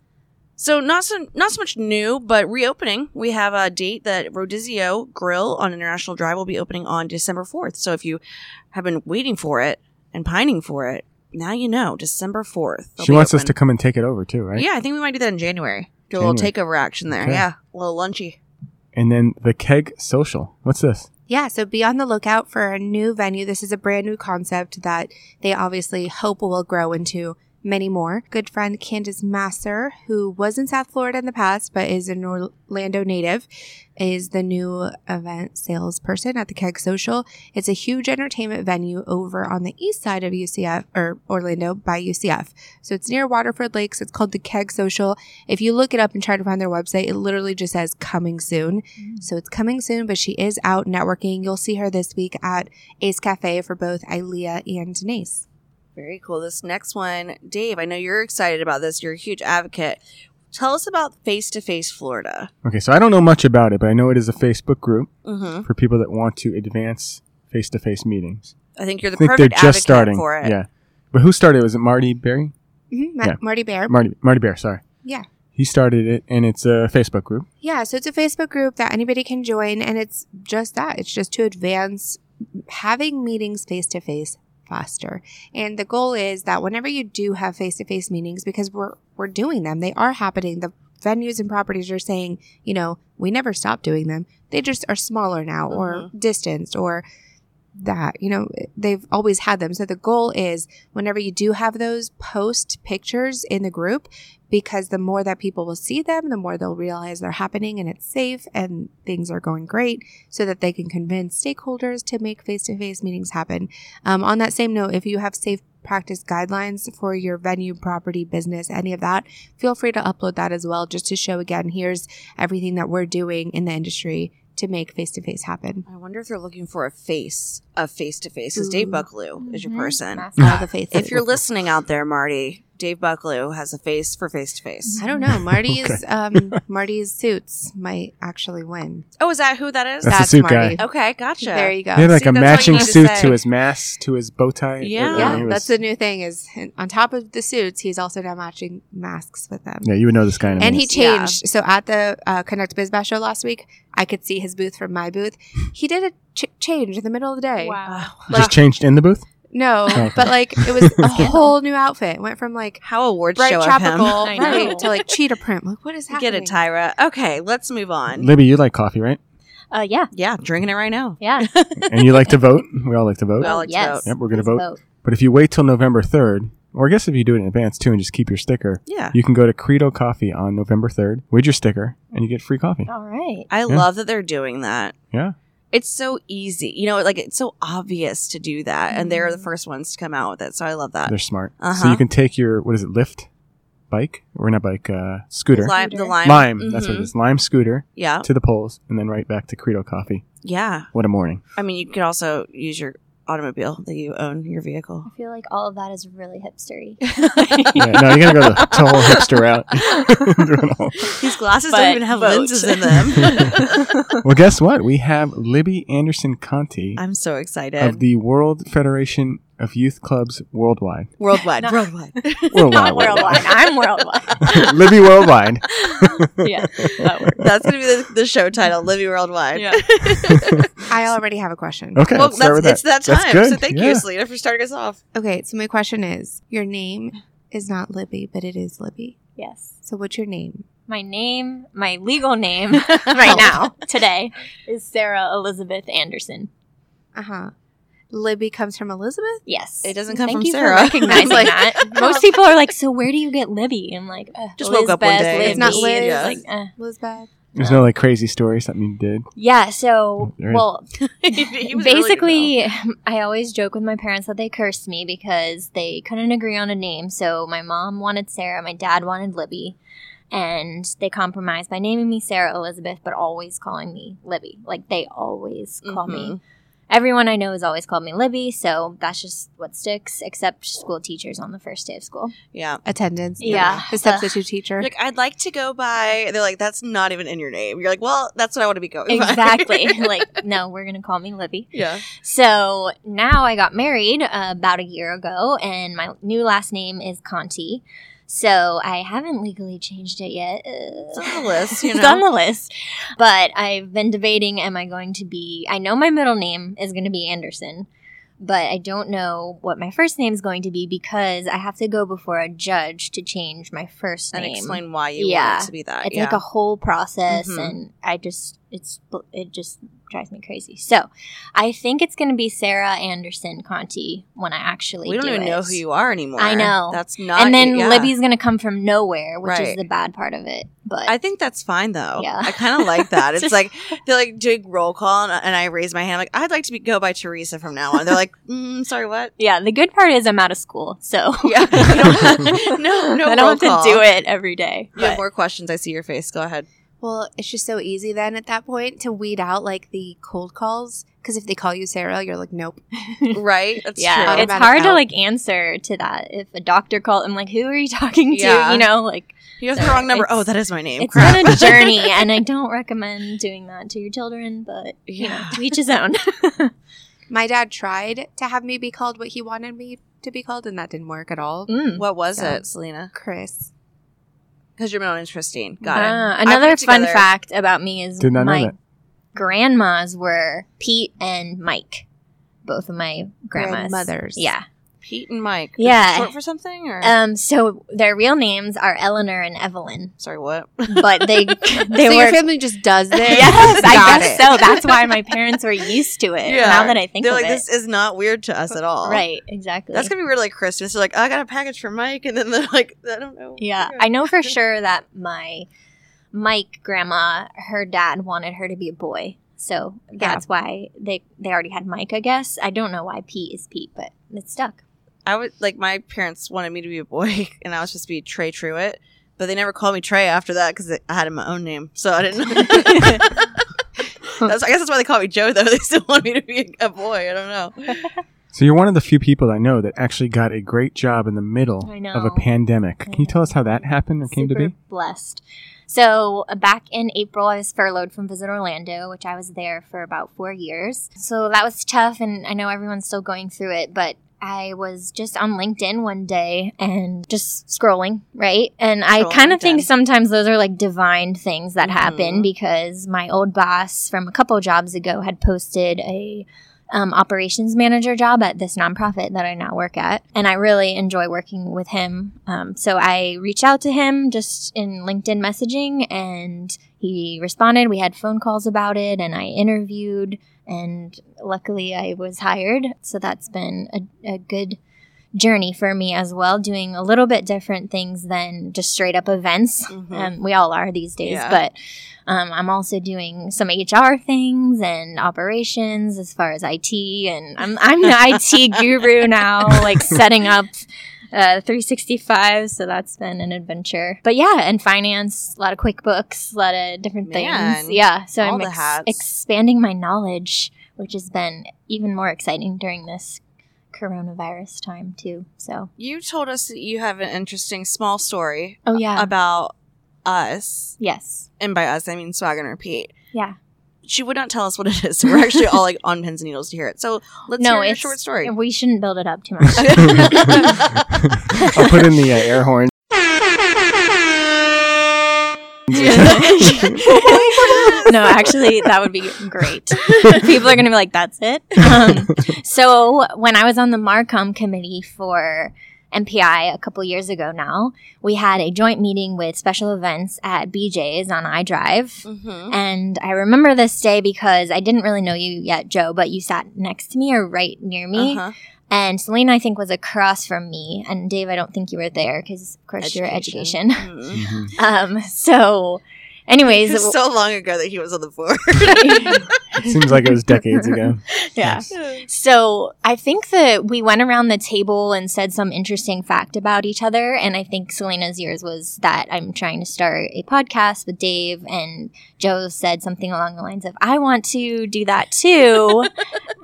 Speaker 2: So not so not so much new, but reopening. We have a date that Rodizio Grill on International Drive will be opening on December fourth. So if you have been waiting for it and pining for it, now you know December fourth.
Speaker 4: She wants us to come and take it over too, right?
Speaker 2: Yeah, I think we might do that in January. Do a little
Speaker 4: January.
Speaker 2: takeover action there.
Speaker 4: Okay.
Speaker 2: Yeah, a little lunchy.
Speaker 4: And then the Keg Social. What's this?
Speaker 3: Yeah, so be on the lookout for a new venue. This is a brand new concept that they obviously hope will grow into many more. Good friend Candace Masser, who was in South Florida in the past but is an Orlando native, is the new event salesperson at the Keg Social. It's a huge entertainment venue over on the east side of UCF or Orlando by UCF. So it's near Waterford Lakes. It's called the Keg Social. If you look it up and try to find their website, it literally just says coming soon. So it's coming soon, but she is out networking. You'll see her this week at Ace Cafe for both Ilea and Denise.
Speaker 2: Very cool. This next one, Dave. I know you're excited about this. You're a huge advocate. Tell us about Face to Face Florida.
Speaker 4: Okay, so I don't know much about it, but I know it is a Facebook group
Speaker 2: Mm-hmm.
Speaker 4: for people that want to advance face-to-face meetings.
Speaker 2: I think you're the
Speaker 4: I think they're
Speaker 2: perfect advocate
Speaker 4: just starting.
Speaker 2: for it.
Speaker 4: Yeah. But who started? it? Was it Marty Berry?
Speaker 3: Mm-hmm.
Speaker 4: Yeah.
Speaker 3: Marty Bear.
Speaker 4: Marty Marty Bear. Sorry.
Speaker 3: Yeah.
Speaker 4: He started it, and it's a Facebook group.
Speaker 3: Yeah, so it's a Facebook group that anybody can join, and it's just that. It's just to advance having meetings face to face faster. And the goal is that whenever you do have face to face meetings, because we're we're doing them, they are happening. The venues and properties are saying, you know, we never stop doing them. They just are smaller now, or distanced, or that you know they've always had them so the goal is whenever you do have those post pictures in the group because the more that people will see them the more they'll realize they're happening and it's safe and things are going great so that they can convince stakeholders to make face-to-face meetings happen um, on that same note if you have safe practice guidelines for your venue property business any of that feel free to upload that as well just to show again here's everything that we're doing in the industry to make face-to-face happen
Speaker 2: I wonder if they're looking for a face, a face to face, because Dave
Speaker 3: Ooh. Mm-hmm.
Speaker 2: Bucklew Oh, is your
Speaker 5: Mhm.
Speaker 2: person.
Speaker 3: all the faces
Speaker 2: If you're listening out there, Marty, Dave Bucklew has a face for face to face.
Speaker 3: I don't know. Marty's
Speaker 4: Okay.
Speaker 3: um, Marty's suits might actually win.
Speaker 2: Oh, is that who that is?
Speaker 4: That's the
Speaker 3: That's
Speaker 4: suit
Speaker 3: Marty.
Speaker 2: okay, gotcha.
Speaker 3: There you go.
Speaker 4: They had like
Speaker 2: Oh, See,
Speaker 4: a
Speaker 2: that's what you
Speaker 4: matching
Speaker 2: need to
Speaker 4: suit
Speaker 2: say.
Speaker 4: to his mask, to his bow tie.
Speaker 2: Yeah.
Speaker 4: it
Speaker 3: yeah,
Speaker 4: was-
Speaker 3: that's the new thing. Is on top of the suits, he's also now matching masks with them.
Speaker 4: Yeah, you would know this guy. In a
Speaker 3: And he
Speaker 4: minute.
Speaker 2: Yeah.
Speaker 3: changed. So at the uh, Connect Biz Bash show last week, I could see his booth from my booth. He did a ch- change in the middle of the day.
Speaker 5: Wow.
Speaker 2: Oh,
Speaker 4: just changed in the booth.
Speaker 3: No,
Speaker 4: Okay.
Speaker 3: but like it was a whole new outfit. Went from like
Speaker 2: How awards
Speaker 3: bright
Speaker 2: show
Speaker 3: tropical
Speaker 2: of
Speaker 5: I know.
Speaker 3: right, to like cheetah print. Like what is
Speaker 2: him.
Speaker 3: happening?
Speaker 2: Get it, Tyra. Okay, let's move on.
Speaker 4: Libby, you like coffee, right?
Speaker 5: Uh, yeah,
Speaker 2: Yeah, drinking it right now.
Speaker 5: yeah.
Speaker 4: And you like to vote. We all like to vote.
Speaker 2: We all like to
Speaker 5: yes.
Speaker 2: vote.
Speaker 4: Yep, we're gonna
Speaker 5: Please
Speaker 4: vote. But if you wait till November third, or I guess if you do it in advance too, and just keep your sticker,
Speaker 2: Yeah.
Speaker 4: you can go to Credo Coffee on November third with your sticker, and you get free coffee.
Speaker 5: All right.
Speaker 2: I
Speaker 4: Yeah.
Speaker 2: love that they're doing that.
Speaker 4: Yeah.
Speaker 2: It's so easy. You know, like it's so obvious to do that. And they're the
Speaker 3: Mm-hmm.
Speaker 5: Mhm.
Speaker 2: first ones to come out with it. So I love that.
Speaker 4: They're smart. So
Speaker 2: Uh-huh.
Speaker 4: you can take your what is it, Lyft bike or not bike, uh, scooter,
Speaker 2: Lime, the
Speaker 5: Scooter.
Speaker 2: lime.
Speaker 4: Lime. That's what
Speaker 2: Mhm.
Speaker 4: it is. Lime scooter
Speaker 2: Yeah.
Speaker 4: to the polls, and then right back to Credo Coffee.
Speaker 2: Yeah.
Speaker 4: What a morning!
Speaker 2: I mean, you could also use your automobile that you own, your vehicle.
Speaker 5: I feel like all of that is really hipstery.
Speaker 4: Yeah, no, you gotta go the, the whole hipster route. Doing all-
Speaker 2: These glasses
Speaker 5: But
Speaker 2: don't even have
Speaker 5: vote.
Speaker 2: lenses in them.
Speaker 4: well, guess what? We have Libby Anderson Conti
Speaker 2: I'm so excited.
Speaker 4: of the World Federation of youth clubs worldwide.
Speaker 2: Worldwide.
Speaker 3: Not-
Speaker 2: worldwide.
Speaker 5: Not worldwide. I'm worldwide.
Speaker 4: Libby worldwide.
Speaker 5: yeah, that works.
Speaker 2: That's going to be the, the show title, Living Worldwide.
Speaker 5: Yeah.
Speaker 3: I already have a question.
Speaker 4: Okay,
Speaker 2: Well,
Speaker 4: let's start
Speaker 2: that's,
Speaker 4: with
Speaker 2: it's that
Speaker 4: That's
Speaker 2: time.
Speaker 4: good,
Speaker 2: So thank
Speaker 4: yeah.
Speaker 2: you, Selena, for starting us off.
Speaker 3: Okay, so my question is your name is not Libby, but it is Libby.
Speaker 5: Yes.
Speaker 3: So what's your name?
Speaker 5: My name, my legal name
Speaker 2: Oh.
Speaker 5: right now, today, is Sarah Elizabeth Anderson.
Speaker 3: Uh huh. Libby comes from Elizabeth?
Speaker 5: Yes.
Speaker 2: It doesn't come
Speaker 5: Thank
Speaker 2: from
Speaker 5: you
Speaker 2: Sarah.
Speaker 5: For recognizing
Speaker 2: Like-
Speaker 5: that. Most people are like, so where do you get Libby? I'm like, uh,
Speaker 2: Just woke up one
Speaker 5: Elizabeth,
Speaker 2: day
Speaker 5: Libby.
Speaker 2: and
Speaker 3: It's not Liz.
Speaker 5: It's Like, uh,
Speaker 3: Elizabeth.
Speaker 4: There's no like crazy story something you did.
Speaker 5: yeah. So,
Speaker 4: Alright.
Speaker 5: well,
Speaker 2: He was really good,
Speaker 5: basically i always joke with my parents that they cursed me because they couldn't agree on a name so my mom wanted sarah my dad wanted libby and they compromised by naming me sarah elizabeth but always calling me libby like they always call
Speaker 2: Mm-hmm.
Speaker 5: me everyone i know has always called me libby so that's just what sticks except school teachers on the first day of school
Speaker 2: though. Yeah.
Speaker 3: Attendance.
Speaker 5: Yeah.
Speaker 3: The substitute teacher.
Speaker 2: Like, I'd like to go by. They're like, that's not even in your name. You're like, well, that's what I want to be going by.
Speaker 5: exactly like no we're gonna call me libby
Speaker 2: yeah.
Speaker 5: So now I got married uh, about a year ago, and my new last name is Conti. So I haven't legally changed it yet. It's
Speaker 2: on the list, you
Speaker 5: it's
Speaker 2: know.
Speaker 5: on the list. But I've been debating am I going to be, I know my middle name is going to be Anderson, but I don't know what my first name is going to be because I have to go before a judge to change my first
Speaker 2: And
Speaker 5: name.
Speaker 2: explain why you
Speaker 5: Yeah.
Speaker 2: want it to be that. Uh,
Speaker 5: It's
Speaker 2: yeah.
Speaker 5: like a whole process,
Speaker 2: Mhm.
Speaker 5: and I just it's it just drives me crazy. So, I think it's going to be Sarah Anderson Conti when I actually
Speaker 2: we don't
Speaker 5: do
Speaker 2: even
Speaker 5: it.
Speaker 2: know who you are anymore.
Speaker 5: I know.
Speaker 2: That's not.
Speaker 5: And then
Speaker 2: yeah.
Speaker 5: Libby's going to come from nowhere, which is
Speaker 2: Right.
Speaker 5: the bad part of it. But
Speaker 2: I think that's fine though.
Speaker 5: Yeah.
Speaker 2: I kind of like that. It's
Speaker 5: Just-
Speaker 2: like they're like doing roll call, and, and I raise my hand. like I'd like to be, go by Teresa from now on. They're like, mm, sorry, what?
Speaker 5: yeah, the good part is I'm out of school, so
Speaker 2: Yeah.
Speaker 5: I don't-
Speaker 2: no, no.
Speaker 5: I
Speaker 2: roll
Speaker 5: don't have
Speaker 2: call.
Speaker 5: to do it every day.
Speaker 2: You have
Speaker 5: but-
Speaker 2: more questions. I see your face. Go ahead.
Speaker 3: Well, it's just so easy then at that point to weed out like the cold calls. Because if they call you Sarah, you're like, nope.
Speaker 2: Right? That's
Speaker 5: yeah,
Speaker 2: true.
Speaker 5: it's
Speaker 3: Automatic
Speaker 5: hard to
Speaker 3: out.
Speaker 5: like answer to that. If a doctor called, I'm like, "Who are you talking to?"
Speaker 2: Yeah.
Speaker 5: You know, like
Speaker 2: you have the wrong number.
Speaker 5: It's-
Speaker 2: Oh, that is my name.
Speaker 5: it's
Speaker 2: Crap.
Speaker 5: been a journey and i don't recommend doing that to your children but you know
Speaker 2: Yeah.
Speaker 5: to each his own
Speaker 3: My dad tried to have me be called what he wanted me to be called, and that didn't work at all.
Speaker 5: Mm.
Speaker 2: What was
Speaker 3: Yeah.
Speaker 2: it, Selena?
Speaker 3: Chris.
Speaker 2: Because your middle name's Christine. Got it.
Speaker 5: Ah,
Speaker 2: I put
Speaker 5: another
Speaker 2: it
Speaker 5: fun
Speaker 2: together.
Speaker 5: fact about me is
Speaker 4: Did not know
Speaker 5: my
Speaker 4: that.
Speaker 5: grandmas were pete and mike both of my grandmas
Speaker 3: Grandmothers.
Speaker 5: yeah
Speaker 2: Pete and Mike. Is
Speaker 5: Yeah.
Speaker 2: it Short for something or?
Speaker 5: um so their real names are eleanor and evelyn
Speaker 2: Sorry, what?
Speaker 5: but they they
Speaker 3: so
Speaker 5: were
Speaker 3: your family just does this?
Speaker 5: yes i
Speaker 3: Got it.
Speaker 5: guess so that's why my parents were used to it
Speaker 2: Yeah.
Speaker 5: now that i think
Speaker 2: They're
Speaker 5: of
Speaker 2: like,
Speaker 5: it
Speaker 2: this is not weird to us at all.
Speaker 5: right exactly
Speaker 2: That's gonna be weird, like Christmas. They're like, "Oh, I got a package for Mike, and then they're like, I don't know.
Speaker 5: Yeah, I know for sure that my Mike grandma, her dad wanted her to be a boy, so that's why they they already had Mike. I guess I don't know why Pete is Pete, but it stuck.
Speaker 2: I would like my parents wanted me to be a boy, and I was supposed to be Trey Truitt, but they never called me Trey after that because I had my own name, so I didn't. that's, I guess that's why they called me Joe though. They still want me to be a boy. I don't know.
Speaker 4: So you're one of the few people I know that actually got a great job in the middle
Speaker 5: I know.
Speaker 4: of a pandemic. Can you tell us how that happened or came to
Speaker 5: Super
Speaker 4: be?
Speaker 5: Blessed. So uh, back in April, I was furloughed from Visit Orlando, which I was there for about four years. So that was tough, and I know everyone's still going through it, but. I was just on LinkedIn one day and just scrolling, right? And I
Speaker 2: Scrolling
Speaker 5: kind of think
Speaker 2: LinkedIn.
Speaker 5: sometimes those are like divine things that happen
Speaker 2: Mhm.
Speaker 5: because my old boss from a couple jobs ago had posted a um, operations manager job at this nonprofit that I now work at. And I really enjoy working with him. Um, so I reached out to him just in LinkedIn messaging and he responded. We had phone calls about it and I interviewed and luckily I was hired. So that's been a, a good journey for me as well, doing a little bit different things than just straight up events.
Speaker 2: Mhm.
Speaker 5: Um, we all are these days,
Speaker 2: Yeah.
Speaker 5: but um, I'm also doing some HR things and operations as far as IT, and I'm I'm the IT guru now, like setting up. Uh, 365, so that's been an adventure. But yeah, and finance, a lot of QuickBooks, a lot of different
Speaker 2: Man.
Speaker 5: things. Yeah, so
Speaker 2: All
Speaker 5: I'm
Speaker 2: the
Speaker 5: ex-
Speaker 2: hats.
Speaker 5: expanding my knowledge, which has been even more exciting during this coronavirus time too. So
Speaker 2: You told us that you have an interesting small story
Speaker 5: oh yeah,
Speaker 2: about us,
Speaker 5: yes,
Speaker 2: and by us I mean Swag and Repeat.
Speaker 5: yeah.
Speaker 2: she would not tell us what it is. So we're actually all like on pins and needles to hear it. So let's
Speaker 5: no,
Speaker 2: hear a
Speaker 5: it's
Speaker 2: short story.
Speaker 5: We shouldn't build it up too much.
Speaker 4: I'll put in the uh, air horn.
Speaker 5: no, actually, that would be great. People are going to be like, that's it. Um, so, when I was on the MARCOM committee for MPI a couple years ago now, we had a joint meeting with special events at BJ's on iDrive.
Speaker 2: mm-hmm.
Speaker 5: And I remember this day because I didn't really know you yet, Joe, but you sat next to me or right near me.
Speaker 2: Uh-huh.
Speaker 5: And Selena, I think, was across from me. And Dave, I don't think you were there because, of course, your education.
Speaker 4: Mm-hmm.
Speaker 2: Mhm.
Speaker 5: Um, so, anyways,
Speaker 2: It was so long ago that he was on the board.
Speaker 4: Seems like it was decades ago.
Speaker 5: yeah. So I think that we went around the table and said some interesting fact about each other. And I think Selena's yours was that I'm trying to start a podcast with Dave. And Joe said something along the lines of, I want to do that too.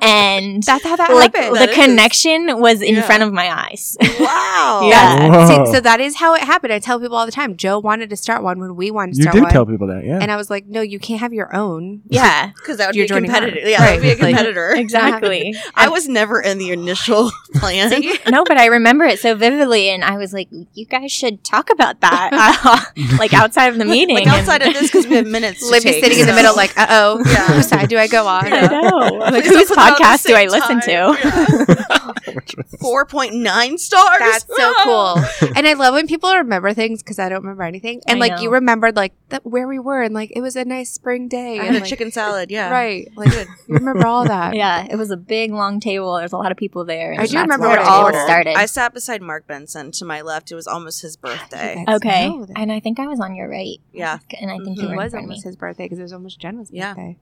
Speaker 5: and
Speaker 3: That's how that
Speaker 5: like
Speaker 3: happened.
Speaker 5: the
Speaker 2: That is-
Speaker 5: connection was in
Speaker 2: Yeah.
Speaker 5: front of my eyes.
Speaker 2: wow.
Speaker 5: Yeah.
Speaker 4: Whoa.
Speaker 3: See, so that is how it happened. I tell people all the time. Joe wanted to start one when we wanted to
Speaker 4: you
Speaker 3: start
Speaker 4: do
Speaker 3: one,
Speaker 4: tell people that, yeah.
Speaker 3: and I was like, "No, you can't have your own."
Speaker 5: yeah.
Speaker 2: Because that would
Speaker 3: You're
Speaker 2: be a
Speaker 3: joining
Speaker 2: competitor.
Speaker 3: mine.
Speaker 2: Yeah, that would be a
Speaker 3: Right. Like-
Speaker 2: competitor.
Speaker 5: Exactly.
Speaker 2: I was never in the initial plan.
Speaker 5: no, but I remember it so vividly, and I was like, "You guys should talk about that, uh, like outside of the meeting."
Speaker 2: like
Speaker 5: And-
Speaker 2: outside of this, because we have minutes. to
Speaker 3: Libby's
Speaker 2: take,
Speaker 3: sitting in the
Speaker 2: so-
Speaker 3: middle, like, "Uh oh,
Speaker 2: Yeah.
Speaker 3: whose side do I go on?"
Speaker 5: I know. Like,
Speaker 2: Please don't
Speaker 5: whose
Speaker 2: put that on at
Speaker 5: podcast
Speaker 2: the
Speaker 5: do I
Speaker 2: same
Speaker 5: listen
Speaker 2: time.
Speaker 5: to?
Speaker 2: Yeah. Four point nine stars.
Speaker 3: That's so
Speaker 2: Wow.
Speaker 3: cool. And I love when people remember things because I don't remember anything. And
Speaker 5: I
Speaker 3: like
Speaker 5: know.
Speaker 3: you remembered like that where we were and like it was a nice spring day.
Speaker 2: I
Speaker 3: and,
Speaker 2: had a
Speaker 3: like,
Speaker 2: chicken salad. Yeah.
Speaker 3: Right. Like you remember all that.
Speaker 5: Yeah, it was a big long table. There's a lot of people there. and
Speaker 3: I do
Speaker 5: that's
Speaker 3: remember
Speaker 5: where
Speaker 3: what
Speaker 5: it
Speaker 3: I
Speaker 5: all
Speaker 3: ordered.
Speaker 5: started.
Speaker 2: I sat beside Mark Benson to my left. It was almost his birthday.
Speaker 3: That's-
Speaker 5: okay,
Speaker 3: no, that-
Speaker 5: and I think I was on your right.
Speaker 2: Yeah.
Speaker 5: and I think
Speaker 2: Mhm.
Speaker 3: It
Speaker 5: you were
Speaker 3: Mm-hmm. was
Speaker 5: in front of me.
Speaker 3: almost his birthday because it was almost Jenna's
Speaker 2: Yeah.
Speaker 3: birthday.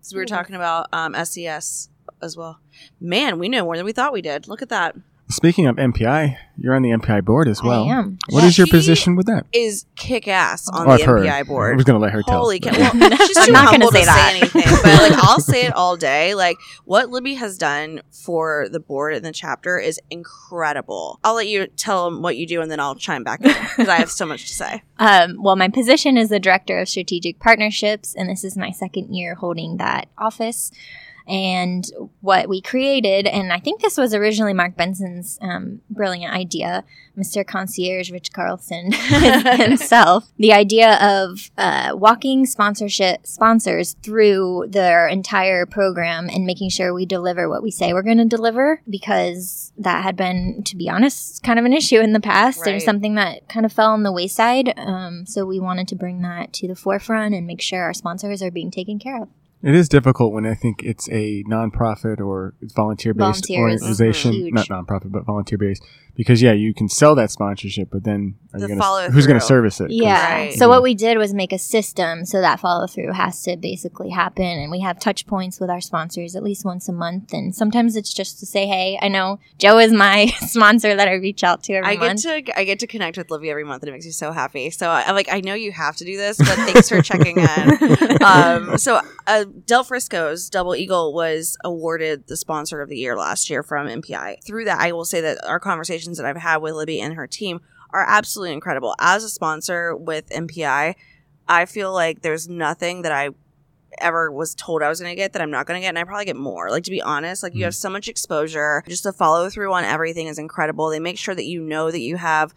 Speaker 2: So we
Speaker 5: Mm-hmm.
Speaker 2: were talking about um, SES as well. Man, we know more than we thought we did. Look at that.
Speaker 4: Speaking of MPI, you're on the MPI board as well.
Speaker 5: I am.
Speaker 4: What is your
Speaker 2: She-
Speaker 4: position with that?
Speaker 2: Is kick ass on
Speaker 4: Oh,
Speaker 2: the
Speaker 4: I've heard.
Speaker 2: MPI
Speaker 4: I
Speaker 2: board.
Speaker 4: was going to let her tell.
Speaker 2: Holy
Speaker 4: but-
Speaker 2: cow! Well, she's
Speaker 5: I'm
Speaker 2: too
Speaker 5: not gonna
Speaker 2: humble
Speaker 5: say
Speaker 2: to
Speaker 5: that.
Speaker 2: say anything, but like I'll say it all day. Like what Libby has done for the board and the chapter is incredible. I'll let you tell them what you do, and then I'll chime back because I have so much to say.
Speaker 5: Um, well, my position is the director of strategic partnerships, and this is my second year holding that office. And what we created, and I think this was originally Mark Benson's um, brilliant idea, Mr. Concierge Rich Carlson himself. The idea of uh, walking sponsorship sponsors through their entire program and making sure we deliver what we say we're going to deliver, because that had been, to be honest, kind of an issue in the past. It
Speaker 2: Right.
Speaker 5: was something that kind of fell on the wayside. Um, so we wanted to bring that to the forefront and make sure our sponsors are being taken care of.
Speaker 4: It is difficult when I think it's a nonprofit or volunteer-based
Speaker 5: Volunteer is
Speaker 4: organization,
Speaker 5: huge.
Speaker 4: not nonprofit, but volunteer-based, because yeah, you can sell that sponsorship, but then are you
Speaker 2: The
Speaker 4: gonna,
Speaker 2: follow
Speaker 4: who's going to
Speaker 2: through.
Speaker 4: service it? 'Cause-
Speaker 5: Yeah.
Speaker 2: Right.
Speaker 5: So what we did was make a system so that follow through has to basically happen, and we have touch points with our sponsors at least once a month, and sometimes it's just to say, "Hey, I know Joe is my sponsor that I reach out to every
Speaker 2: I get
Speaker 5: month."
Speaker 2: to I get to connect with Libby every month, and it makes me so happy. So I- I'm like, I know you have to do this, but thanks for checking in. um, so uh, Del Frisco's Double Eagle was awarded the sponsor of the year last year from MPI. Through that, I will say that our conversations that I've had with Libby and her team are absolutely incredible. As a sponsor with MPI, I feel like there's nothing that I ever was told I was going to get that I'm not going to get, and I probably get more. Like to be honest, like you
Speaker 4: Mhm.
Speaker 2: have so much exposure. Just the follow through on everything is incredible. They make sure that you know that you have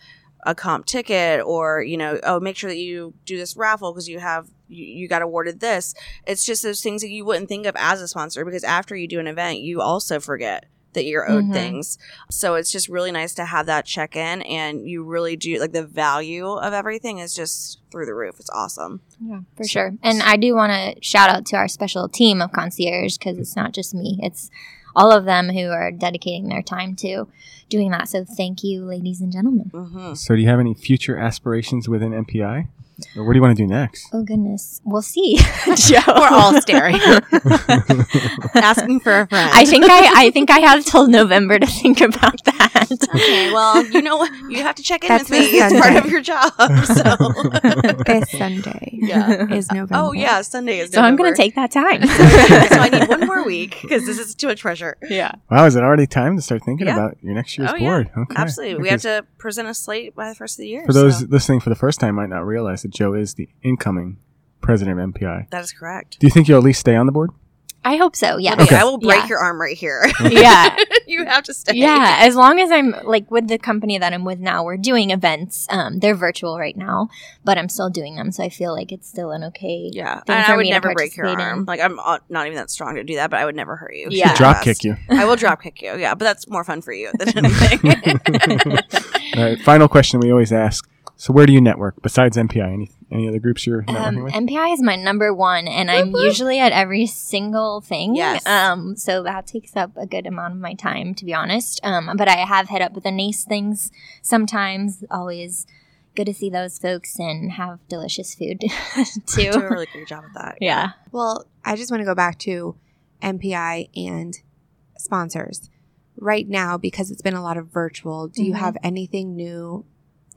Speaker 2: a comp ticket, or you know, oh, make sure that you do this raffle because you have you, you got awarded this. It's just those things that you wouldn't think of as a sponsor because after you do an event, you also forget that you're owed
Speaker 5: Mhm.
Speaker 2: things. So it's just really nice to have that check in and you really do like the value of everything is just through the roof. It's awesome.
Speaker 5: Yeah, for sure. And I do want to shout out to our special team of concierge because it's not just me; it's all of them who are dedicating their time to doing that. So thank you, ladies and gentlemen.
Speaker 2: Mm-hmm.
Speaker 4: So do you have any future aspirations within MPI? Or what do you want to do next?
Speaker 5: Oh goodness, we'll see, Joe.
Speaker 2: We're all staring, asking for a friend.
Speaker 5: I think I, I think I have till November to think about that.
Speaker 2: okay, well, you know what? You have to check in
Speaker 3: That's
Speaker 2: with me.
Speaker 3: this
Speaker 2: It's part
Speaker 3: Sunday.
Speaker 2: of your job. So,
Speaker 3: This Sunday
Speaker 2: yeah.
Speaker 3: is November.
Speaker 2: Oh, yeah. Sunday is
Speaker 5: So I'm going to
Speaker 2: November.
Speaker 5: take that time.
Speaker 2: so I need one more week because this is too much pressure.
Speaker 5: yeah.
Speaker 4: Wow, is it already time to start thinking
Speaker 2: Yeah.
Speaker 4: about your next year's
Speaker 2: Oh, yeah.
Speaker 4: board? Okay.
Speaker 2: Absolutely. We have
Speaker 4: Because
Speaker 2: to present a slate by the first of the year.
Speaker 4: For those
Speaker 2: so.
Speaker 4: listening for the first time, might not realize that Joe is the incoming president of MPI.
Speaker 2: That is correct.
Speaker 4: Do you think you'll at least stay on the board?
Speaker 5: I hope so. Yeah.
Speaker 2: Okay,
Speaker 4: Okay.
Speaker 2: I will break
Speaker 5: Yeah.
Speaker 2: your arm right here.
Speaker 5: yeah.
Speaker 2: you have to stay.
Speaker 5: Yeah, as long as I'm like with the company that I'm with now, we're doing events. Um, they're virtual right now, but I'm still doing them, so I feel like it's still an okay.
Speaker 2: Yeah,
Speaker 5: Thing
Speaker 2: and
Speaker 5: for
Speaker 2: I would
Speaker 5: me to
Speaker 2: never break your
Speaker 5: participate
Speaker 2: arm.
Speaker 5: in.
Speaker 2: Like I'm uh, not even that strong to do that, but I would never hurt you.
Speaker 5: She Yeah.
Speaker 4: Drop kick you.
Speaker 2: I will drop kick you. Yeah, but that's more fun for you than anything.
Speaker 4: All right. Final question we always ask. So where do you network besides MPI? Any any other groups you're networking
Speaker 5: Um,
Speaker 4: with?
Speaker 5: MPI is my number one, and I'm usually at every single thing.
Speaker 2: Yes.
Speaker 5: Um, so that takes up a good amount of my time, to be honest. Um, but I have hit up with the NACE things sometimes. Always good to see those folks and have delicious food
Speaker 2: you do a
Speaker 5: too.
Speaker 2: really great job at that.
Speaker 5: Yeah.
Speaker 3: Well, I just want to go back to MPI and sponsors right now because it's been a lot of virtual. Do you
Speaker 5: Mhm.
Speaker 3: have anything new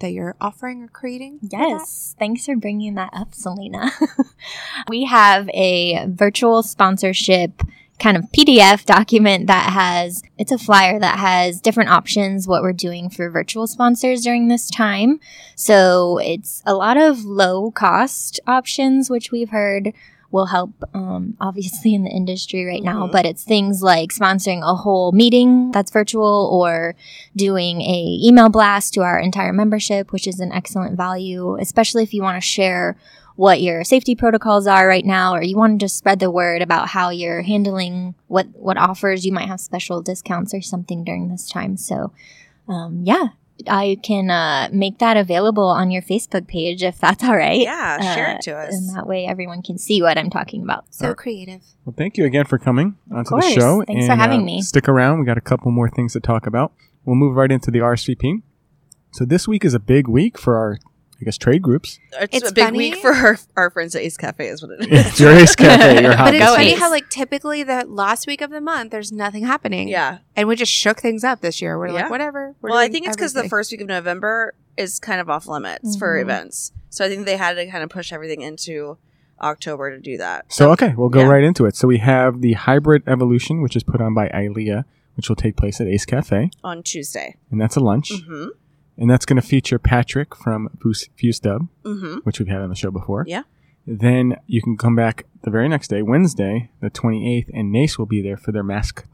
Speaker 3: that you're offering or creating?
Speaker 5: Yes, thanks for bringing that up, Selena. we have a virtual sponsorship kind of PDF document that has it's a flyer that has different options what we're doing for virtual sponsors during this time. So, it's a lot of low cost options which we've heard will help um, obviously in the industry right now
Speaker 2: Mhm.
Speaker 5: but it's things like sponsoring a whole meeting that's virtual or doing a email blast to our entire membership which is an excellent value especially if you want to share what your safety protocols are right now or you want to just spread the word about how you're handling what what offers you might have special discounts or something during this time so um, yeah i can uh, make that available on your facebook page if that's all right
Speaker 2: yeah. Share
Speaker 5: Uh,
Speaker 2: it to us.
Speaker 5: and that way everyone can see what i'm talking about
Speaker 3: So
Speaker 4: Or-
Speaker 3: creative.
Speaker 4: Well, thank you again for coming onto the
Speaker 5: course.
Speaker 4: show. uh,
Speaker 5: Thanks for having me.
Speaker 4: Stick around. We got a couple more things to talk about. We'll move right into the RSVP. So this week is a big week for our, I guess, trade groups.
Speaker 2: It's,
Speaker 3: It's
Speaker 2: a big
Speaker 3: funny.
Speaker 2: week for our, our friends at Ace Cafe, is what it
Speaker 4: It's
Speaker 2: is.
Speaker 4: your Ace Cafe, your hot
Speaker 3: But it's
Speaker 5: Go
Speaker 3: funny
Speaker 5: Ace.
Speaker 3: how like typically the last week of the month there's nothing happening.
Speaker 2: yeah.
Speaker 3: And we just shook things up this year. We're
Speaker 2: Yeah.
Speaker 3: like, whatever. We're
Speaker 2: Well, I
Speaker 3: doing
Speaker 2: think it's because the
Speaker 3: everything.
Speaker 2: first week of November is kind of off limits for
Speaker 5: Mhm.
Speaker 2: events, so I think they had to kind of push everything into October to do that.
Speaker 4: So okay, we'll go
Speaker 2: Yeah.
Speaker 4: right into it. So we have the hybrid evolution, which is put on by ILEA, which will take place at Ace Cafe,
Speaker 2: on Tuesday.
Speaker 4: and that's a lunch,
Speaker 5: Mm-hmm.
Speaker 2: hmm
Speaker 4: and that's going to feature Patrick from Fuse Fuse Dub,
Speaker 2: hmm
Speaker 4: which we've had on the show before.
Speaker 2: Yeah.
Speaker 4: Then you can come back the very next day, Wednesday, the 28th, and Nace will be there for their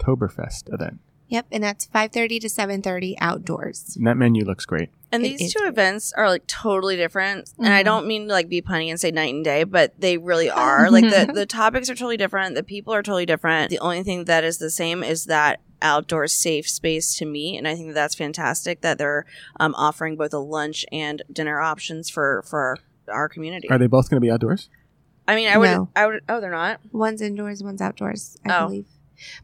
Speaker 4: Masktoberfest event.
Speaker 3: Yep, and that's five thirty to seven thirty outdoors.
Speaker 4: And that menu looks great.
Speaker 2: And
Speaker 3: It is Mm-hmm.
Speaker 2: these two
Speaker 3: great.
Speaker 2: events are like totally different. And I
Speaker 5: Mhm.
Speaker 2: don't mean to like be punny and say night and day, but they really are. like the, the topics are totally different. The people are totally different. The only thing that is the same is that outdoor safe space to meet. And I think that's fantastic that they're um, offering both a lunch and dinner options for, for our community.
Speaker 4: Are they both going to be outdoors?
Speaker 2: I mean, I would,
Speaker 3: No.
Speaker 2: I would, oh, they're not?
Speaker 3: One's indoors, one's outdoors, I
Speaker 2: Oh.
Speaker 3: believe.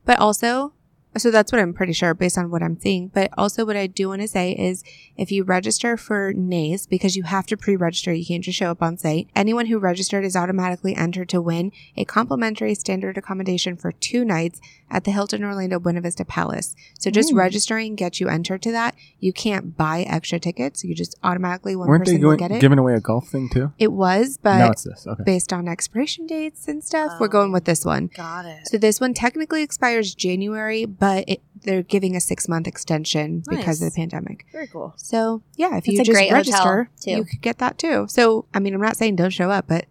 Speaker 3: But also, so that's what I'm pretty sure based on what I'm seeing. But also, what I do want to say is if you register for NACE, because you have to pre register, you can't just show up on site, anyone who registered is automatically entered to win a complimentary standard accommodation for two nights at the Hilton Orlando Buena Vista Palace. So just
Speaker 5: Mm.
Speaker 3: registering gets you entered to that. You can't buy extra tickets. You just automatically, one
Speaker 4: Weren't
Speaker 3: person
Speaker 4: they
Speaker 3: will
Speaker 4: going,
Speaker 3: get it.
Speaker 4: giving away a golf thing too?
Speaker 3: it was, but
Speaker 4: now it's this. Okay.
Speaker 3: based on expiration dates and stuff, we're
Speaker 2: Oh.
Speaker 3: going with this one.
Speaker 2: Got it.
Speaker 3: So this one technically expires January, but it, they're giving a six month extension because of
Speaker 2: Nice.
Speaker 3: the pandemic.
Speaker 2: Very cool.
Speaker 3: So yeah, if
Speaker 5: That's
Speaker 3: you
Speaker 5: a
Speaker 3: just
Speaker 5: great hotel,
Speaker 3: register,
Speaker 5: too.
Speaker 3: you could get that too. So I mean, I'm not saying don't show up, but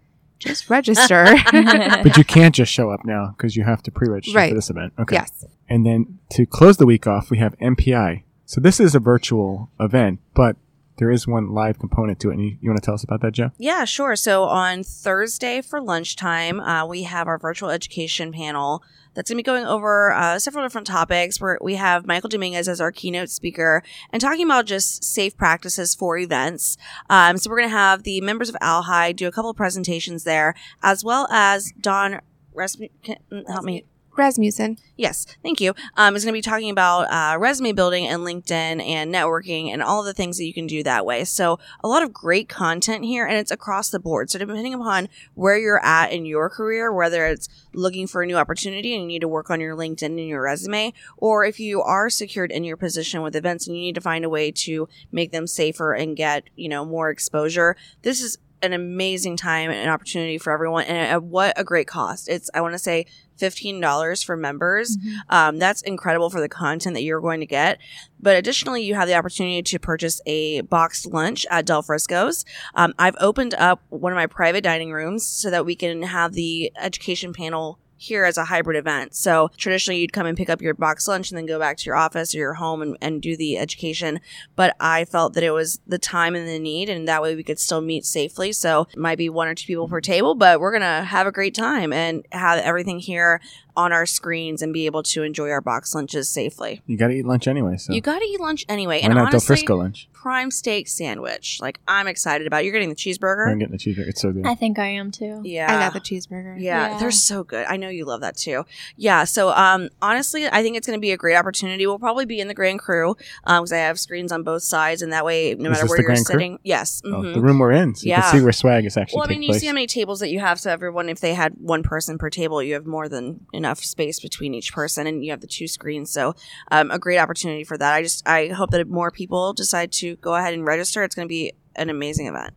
Speaker 3: just register.
Speaker 4: But you can't just show up now because you have to pre register
Speaker 3: Right.
Speaker 4: for this event. Okay.
Speaker 3: yes,
Speaker 4: And then to close the week off, we have MPI. So this is a virtual event, but there is one live component to it. And you, you want to tell us about that, Joe?
Speaker 2: Yeah, sure. So on Thursday for lunchtime, uh, we have our virtual education panel that's going to be going over uh, several different topics. Where we have Michael Dominguez as our keynote speaker and talking about just safe practices for events. Um, so we're going to have the members of Al High do a couple of presentations there, as well as Don. Resmu- can- mm, help me.
Speaker 3: Rasmussen.
Speaker 2: Yes, thank you. Um, is going to be talking about uh, resume building and LinkedIn and networking and all the things that you can do that way. So a lot of great content here, and it's across the board. So depending upon where you're at in your career, whether it's looking for a new opportunity and you need to work on your LinkedIn and your resume, or if you are secured in your position with events and you need to find a way to make them safer and get you know more exposure, this is an amazing time and an opportunity for everyone, and at what a great cost! It's I want to say fifteen dollars for members. Um, that's incredible for the content that you're going to get. But additionally, you have the opportunity to purchase a boxed lunch at Del Frisco's. Um, I've opened up one of my private dining rooms so that we can have the education panel here as a hybrid event. So traditionally, you'd come and pick up your box lunch and then go back to your office or your home and, and do the education. But I felt that it was the time and the need, and that way we could still meet safely. So it might be one or two people per table, but we're going to have a great time and have everything here on our screens and be able to enjoy our box lunches safely.
Speaker 4: You got to eat lunch anyway, so
Speaker 2: You got to eat lunch anyway.
Speaker 4: why
Speaker 2: and
Speaker 4: not Del
Speaker 2: honestly,
Speaker 4: Frisco lunch?
Speaker 2: prime steak sandwich. Like I'm excited about. it. You're getting the cheeseburger.
Speaker 4: I'm getting the cheeseburger. It's so good.
Speaker 5: I think I am too.
Speaker 2: yeah.
Speaker 3: I got the cheeseburger.
Speaker 2: Yeah,
Speaker 5: Yeah.
Speaker 2: they're so good. I know you love that too. Yeah, so um, honestly, I think it's going to be a great opportunity. We'll probably be in the Grand Crew because I have screens on both sides, and that way, no
Speaker 4: Is
Speaker 2: matter
Speaker 4: this
Speaker 2: where
Speaker 4: the
Speaker 2: you're
Speaker 4: Grand Cru?
Speaker 2: sitting, yes.
Speaker 4: Oh,
Speaker 2: mhm.
Speaker 4: the room we're in, so you
Speaker 2: Yeah.
Speaker 4: can see where swag is actually
Speaker 2: Well, I
Speaker 4: taking
Speaker 2: mean, you
Speaker 4: place.
Speaker 2: see how many tables that you have, so everyone, if they had one person per table, you have more than enough space between each person, and you have the two screens. So, um, a great opportunity for that. I just, I hope that more people decide to go ahead and register. It's going to be an amazing event.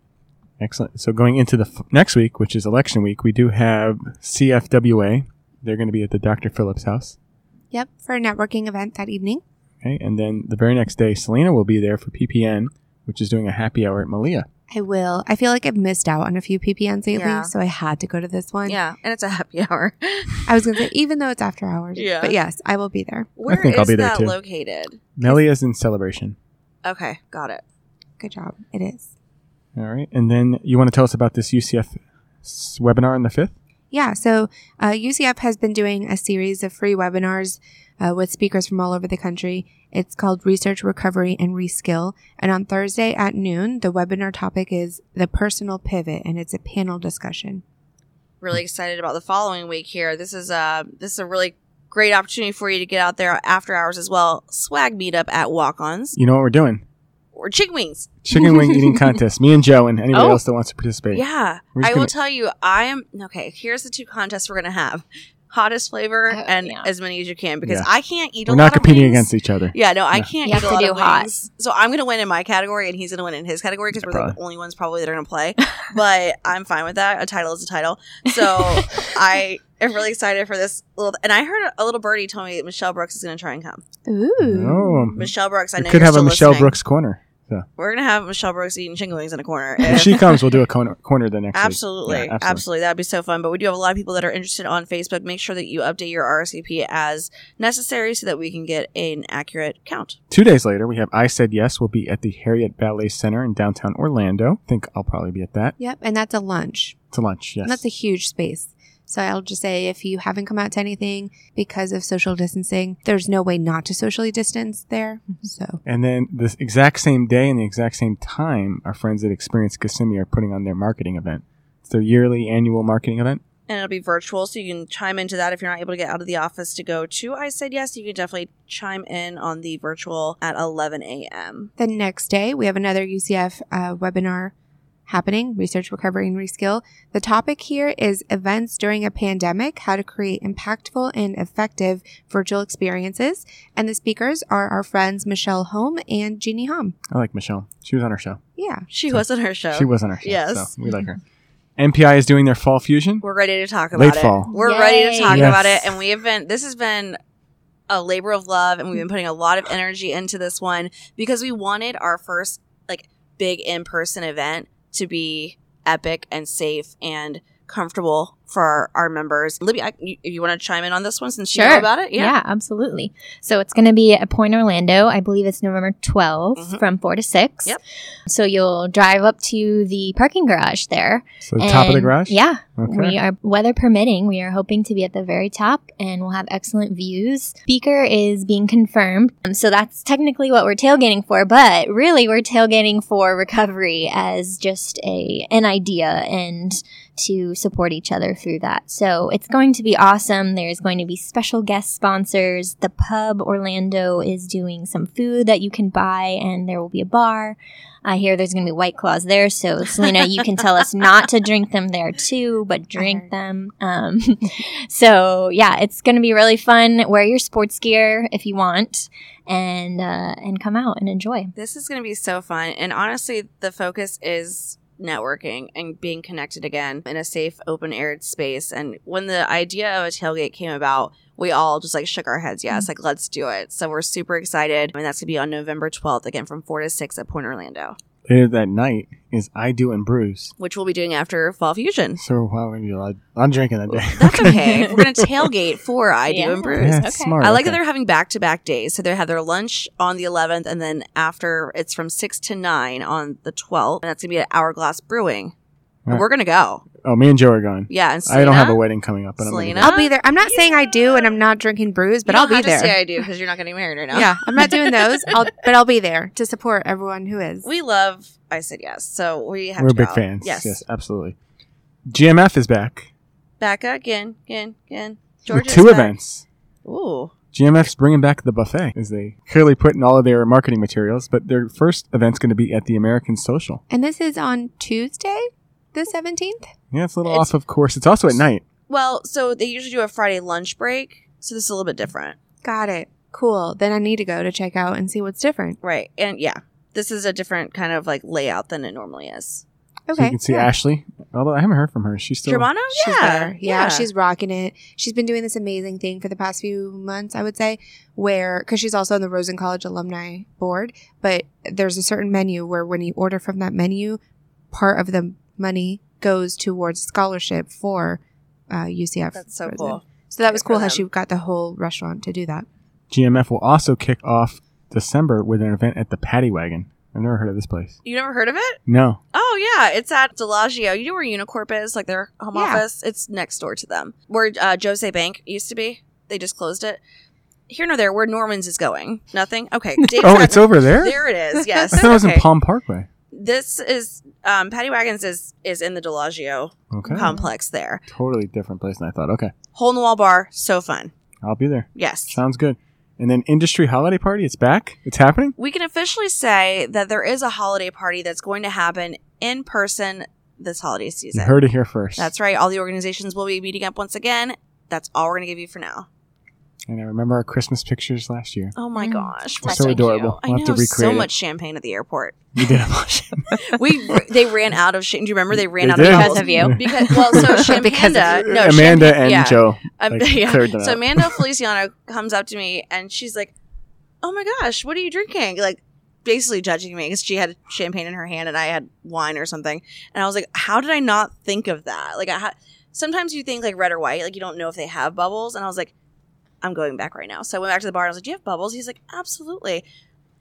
Speaker 4: Excellent. So going into the f- next week, which is election week, we do have CFWA. They're going to be at the Dr. Phillips house.
Speaker 3: Yep, for a networking event that evening.
Speaker 4: Okay, and then the very next day, Selena will be there for PPN, which is doing a happy hour at Malia.
Speaker 3: I will. I feel like I've missed out on a few PPNs lately,
Speaker 2: Yeah.
Speaker 3: so I had to go to this one.
Speaker 2: Yeah, and it's a happy hour.
Speaker 3: I was going to say, even though it's after hours.
Speaker 2: Yeah.
Speaker 3: But yes, I will be there.
Speaker 2: Where
Speaker 4: think I'll
Speaker 2: is
Speaker 4: be there
Speaker 2: that
Speaker 4: too.
Speaker 2: located?
Speaker 4: Melia's in celebration.
Speaker 2: Okay, got it.
Speaker 3: Good job. It is.
Speaker 4: All right, and then you want to tell us about this UCF s- webinar on the fifth?
Speaker 3: Yeah, so uh, UCF has been doing a series of free webinars uh, with speakers from all over the country. It's called Research, Recovery, and Reskill. And on Thursday at noon, the webinar topic is the personal pivot, and it's a panel discussion.
Speaker 2: really excited about the following week here. This is a this is a really great opportunity for you to get out there after hours as well. Swag meetup at Walk-Ons
Speaker 4: You know what we're doing?
Speaker 2: or Chick Wings.
Speaker 4: Chicken wing eating contest. Me and Joe and anybody
Speaker 2: Oh.
Speaker 4: else that wants to participate.
Speaker 2: Yeah,
Speaker 4: We're just
Speaker 2: I will
Speaker 4: gonna-
Speaker 2: tell you. I am okay. Here's the two contests we're gonna have: hottest flavor
Speaker 5: Oh,
Speaker 2: and
Speaker 5: yeah.
Speaker 2: as many as you can because
Speaker 4: Yeah.
Speaker 2: I can't eat.
Speaker 4: We're
Speaker 2: a
Speaker 4: not
Speaker 2: lot
Speaker 4: competing
Speaker 2: of wings.
Speaker 4: against each other.
Speaker 2: Yeah, no, I
Speaker 4: No.
Speaker 2: can't eat
Speaker 5: You have
Speaker 2: a
Speaker 5: to
Speaker 2: lot
Speaker 5: do
Speaker 2: of
Speaker 5: hot.
Speaker 2: wings. So I'm gonna win in my category, and he's gonna win in his category because
Speaker 4: Yeah,
Speaker 2: we're the
Speaker 4: probably.
Speaker 2: only ones probably that are gonna play. but I'm fine with that. A title is a title. So I am really excited for this little. And I heard a little birdie tell me that Michelle Brooks is gonna try and come.
Speaker 3: Ooh.
Speaker 4: Oh,
Speaker 2: Michelle Brooks, I
Speaker 4: we
Speaker 2: know
Speaker 4: could
Speaker 2: you're
Speaker 4: have a
Speaker 2: still
Speaker 4: Michelle
Speaker 2: listening.
Speaker 4: Brooks corner. So
Speaker 2: We're gonna have Michelle Brooks eating chicken wings in a corner.
Speaker 4: if
Speaker 2: If-
Speaker 4: she comes, we'll do a corner, corner the next
Speaker 2: Absolutely.
Speaker 4: week. Yeah,
Speaker 2: absolutely. That'd be so fun. But we do have a lot of people that are interested on Facebook. Make sure that you update your RSVP as necessary so that we can get an accurate count.
Speaker 4: Two days later, we have I Said Yes will be at the Harriet Ballet Center in downtown Orlando. I think I'll probably be at that
Speaker 3: Yep, and that's a lunch.
Speaker 4: to lunch. Yes.
Speaker 3: And that's a huge space. So I'll just say if you haven't come out to anything because of social distancing, there's no way not to socially distance there. So
Speaker 4: and then the exact same day and the exact same time, our friends at Experience Kissimmee are putting on their marketing event. It's their yearly annual marketing event.
Speaker 2: and it'll be virtual so you can chime into that if you're not able to get out of the office to go to i said yes you can definitely chime in on the virtual at 11 a.m
Speaker 3: The next day, we have another UCF uh, webinar happening Research, Recovery, and Reskill. The topic here is events during a pandemic, how to create impactful and effective virtual experiences. And the speakers are our friends Michelle Home and Jeannie Hom.
Speaker 4: I like Michelle. She was on our show.
Speaker 3: Yeah.
Speaker 2: she was on her show
Speaker 4: She was on our show.
Speaker 2: Oh, Yes.
Speaker 4: So we like her. NPI is doing their fall fusion.
Speaker 2: we're ready to talk about
Speaker 4: Mm-hmm. Late
Speaker 2: it
Speaker 4: fall.
Speaker 2: we're ready to
Speaker 5: Yay.
Speaker 2: talk
Speaker 4: Yes.
Speaker 2: about it and we have been this has been a labor of love and we've been putting a lot of energy into this one because we wanted our first like big in-person event to be epic and safe and comfortable for our, our members libby I, you, you want to chime in on this one since you know
Speaker 5: Sure.
Speaker 2: about it
Speaker 5: Yeah, absolutely. So it's going to be at Point Orlando. I believe it's November 12th
Speaker 2: Mhm.
Speaker 5: from 4 to 6.
Speaker 2: Yep.
Speaker 5: So you'll drive up to the parking garage there.
Speaker 4: So the top of the
Speaker 5: and-
Speaker 4: garage.
Speaker 5: Yeah.
Speaker 4: Okay.
Speaker 5: We are, weather permitting, we are hoping to be at the very top and we'll have excellent views. Speaker is being confirmed. Um, so that's technically what we're tailgating for, but really we're tailgating for recovery as just a, an idea and to support each other through that. So it's going to be awesome. There's going to be special guest sponsors. The pub Orlando is doing some food that you can buy and there will be a bar. I hear there's going to be white claws there. So Selena, you can tell us not to drink them there too, but drink
Speaker 3: heard.
Speaker 5: them. Um, so yeah, it's going to be really fun. Wear your sports gear if you want and, uh, and come out and enjoy.
Speaker 2: This is going to be so fun. And honestly, the focus is networking and being connected again in a safe, open aired space. And when the idea of a tailgate came about, we all just like shook our heads. Yes, like let's do it. So we're super excited. And that's going to be on November 12th, again from 4 to 6 at Point Orlando,
Speaker 4: Later that night is I Do and Bruce.
Speaker 2: which we'll be doing after Fall Fusion.
Speaker 4: So wow, we're gonna be like, I'm drinking that day.
Speaker 2: That's okay. we're going to tailgate for I Do and Brews.
Speaker 4: Yeah,
Speaker 5: Okay.
Speaker 4: smart.
Speaker 2: I like that
Speaker 4: okay.
Speaker 2: they're having back to back days. So they have their lunch on the 11th, and then after it's from 6 to 9 on the 12th. And that's going to be at Hourglass Brewing. And
Speaker 4: Right.
Speaker 2: we're going to go.
Speaker 4: Oh, me and Joe are going.
Speaker 2: Yeah. And
Speaker 4: I don't have a
Speaker 2: Selena-
Speaker 4: wedding coming up, but
Speaker 2: Selena?
Speaker 4: I'm
Speaker 3: I'll be there. I'm not saying I do, and I'm not drinking brews, but
Speaker 2: You
Speaker 3: I'll
Speaker 2: don't
Speaker 3: be
Speaker 2: have
Speaker 3: there.
Speaker 2: To say I do because you're not getting married right now.
Speaker 3: Yeah, I'm not doing those. I'll, but I'll be there to support everyone who is.
Speaker 2: We love I Said Yes. So we have
Speaker 4: gonna, we're
Speaker 2: to
Speaker 4: big
Speaker 2: go.
Speaker 4: fans.
Speaker 2: Yes.
Speaker 4: yes, absolutely. GMF is back
Speaker 2: Back again, again, again.
Speaker 4: with
Speaker 2: Georgia's
Speaker 4: two
Speaker 2: back.
Speaker 4: events.
Speaker 2: Ooh.
Speaker 4: GMF's bringing back the buffet, as they clearly put in all of their marketing materials. But their first event's going to be at the American Social.
Speaker 3: And this is on Tuesday, the 17th.
Speaker 4: Yeah, it's a little
Speaker 2: It's-
Speaker 4: off of course. It's also at night.
Speaker 2: Well, so they usually do a Friday lunch break. So this is a little bit different.
Speaker 3: Got it. Cool. Then I need to go to check out and see what's different.
Speaker 2: Right. And yeah, this is a different kind of like layout than it normally is.
Speaker 3: Okay.
Speaker 4: So you can see
Speaker 3: yeah.
Speaker 4: Ashley. Although I haven't heard from her. She's still
Speaker 2: Germano? Oh, Yeah.
Speaker 3: She's there. Yeah, she's rocking it. She's been doing this amazing thing for the past few months, I would say, where because she's also on the Rosen College alumni board, but there's a certain menu where when you order from that menu, part of the money goes towards scholarship for uh, UCF.
Speaker 2: That's so
Speaker 3: Rosen.
Speaker 2: cool.
Speaker 3: So that was
Speaker 2: Good for
Speaker 3: cool how
Speaker 2: them.
Speaker 3: she got the whole restaurant to do that.
Speaker 4: GMF will also kick off December with an event at the Paddy Wagon. I've never heard of this place.
Speaker 2: You never heard of it?
Speaker 4: No.
Speaker 2: Oh yeah, it's at Delagio. You know where Unicorp is, like their home
Speaker 3: Yeah.
Speaker 2: office. It's next door to them, where uh, Jose Bank used to be. They just closed it. Here nor there, where Norman's is going. Nothing. Okay. Dave's
Speaker 4: Oh,
Speaker 2: at-
Speaker 4: it's over there.
Speaker 2: There it is. Yes.
Speaker 4: I thought it was
Speaker 2: Okay.
Speaker 4: in Palm Parkway.
Speaker 2: This is um, Patty Wagons is is in the Delagio
Speaker 4: Okay.
Speaker 2: complex there.
Speaker 4: Totally different place than I thought. Okay,
Speaker 2: Hole in the wall bar, so fun.
Speaker 4: I'll be there.
Speaker 2: Yes.
Speaker 4: Sounds good. And then industry holiday party. It's back. It's happening.
Speaker 2: We can officially say that there is a holiday party that's going to happen in person this holiday
Speaker 4: You
Speaker 2: season.
Speaker 4: heard it here first.
Speaker 2: That's right. All the organizations will be meeting up once again. That's all we're going to give you for now.
Speaker 4: And I remember our Christmas pictures last year.
Speaker 2: Oh my
Speaker 5: Mm.
Speaker 2: gosh,
Speaker 5: That's
Speaker 4: so
Speaker 5: so
Speaker 4: adorable.
Speaker 2: I
Speaker 4: We'll
Speaker 2: know
Speaker 4: have to recreate
Speaker 2: so
Speaker 4: it.
Speaker 2: much champagne at the airport.
Speaker 4: You did a bunch.
Speaker 2: We they ran out of. Sh- do you remember they ran
Speaker 4: They
Speaker 2: out
Speaker 4: did.
Speaker 2: of
Speaker 5: Because
Speaker 2: bottles?
Speaker 5: of you.
Speaker 2: Because well, Oh, so
Speaker 3: Because of
Speaker 2: Champanda, no,
Speaker 4: Amanda
Speaker 2: Champagne-
Speaker 4: and
Speaker 2: yeah.
Speaker 4: Joe.
Speaker 2: Um,
Speaker 4: Like,
Speaker 2: yeah.
Speaker 4: cleared them
Speaker 2: So
Speaker 4: out.
Speaker 2: Amanda Feliciano comes up to me and she's like, "Oh my gosh, what are you drinking?" Like basically judging me because she had champagne in her hand and I had wine or something. And I was like, "How did I not think of that?" Like I ha- sometimes you think like red or white, like you don't know if they have bubbles. And I was like, "I'm going back right now." So I went back to the bar and I was like, "Do you have bubbles?" He's like, "Absolutely."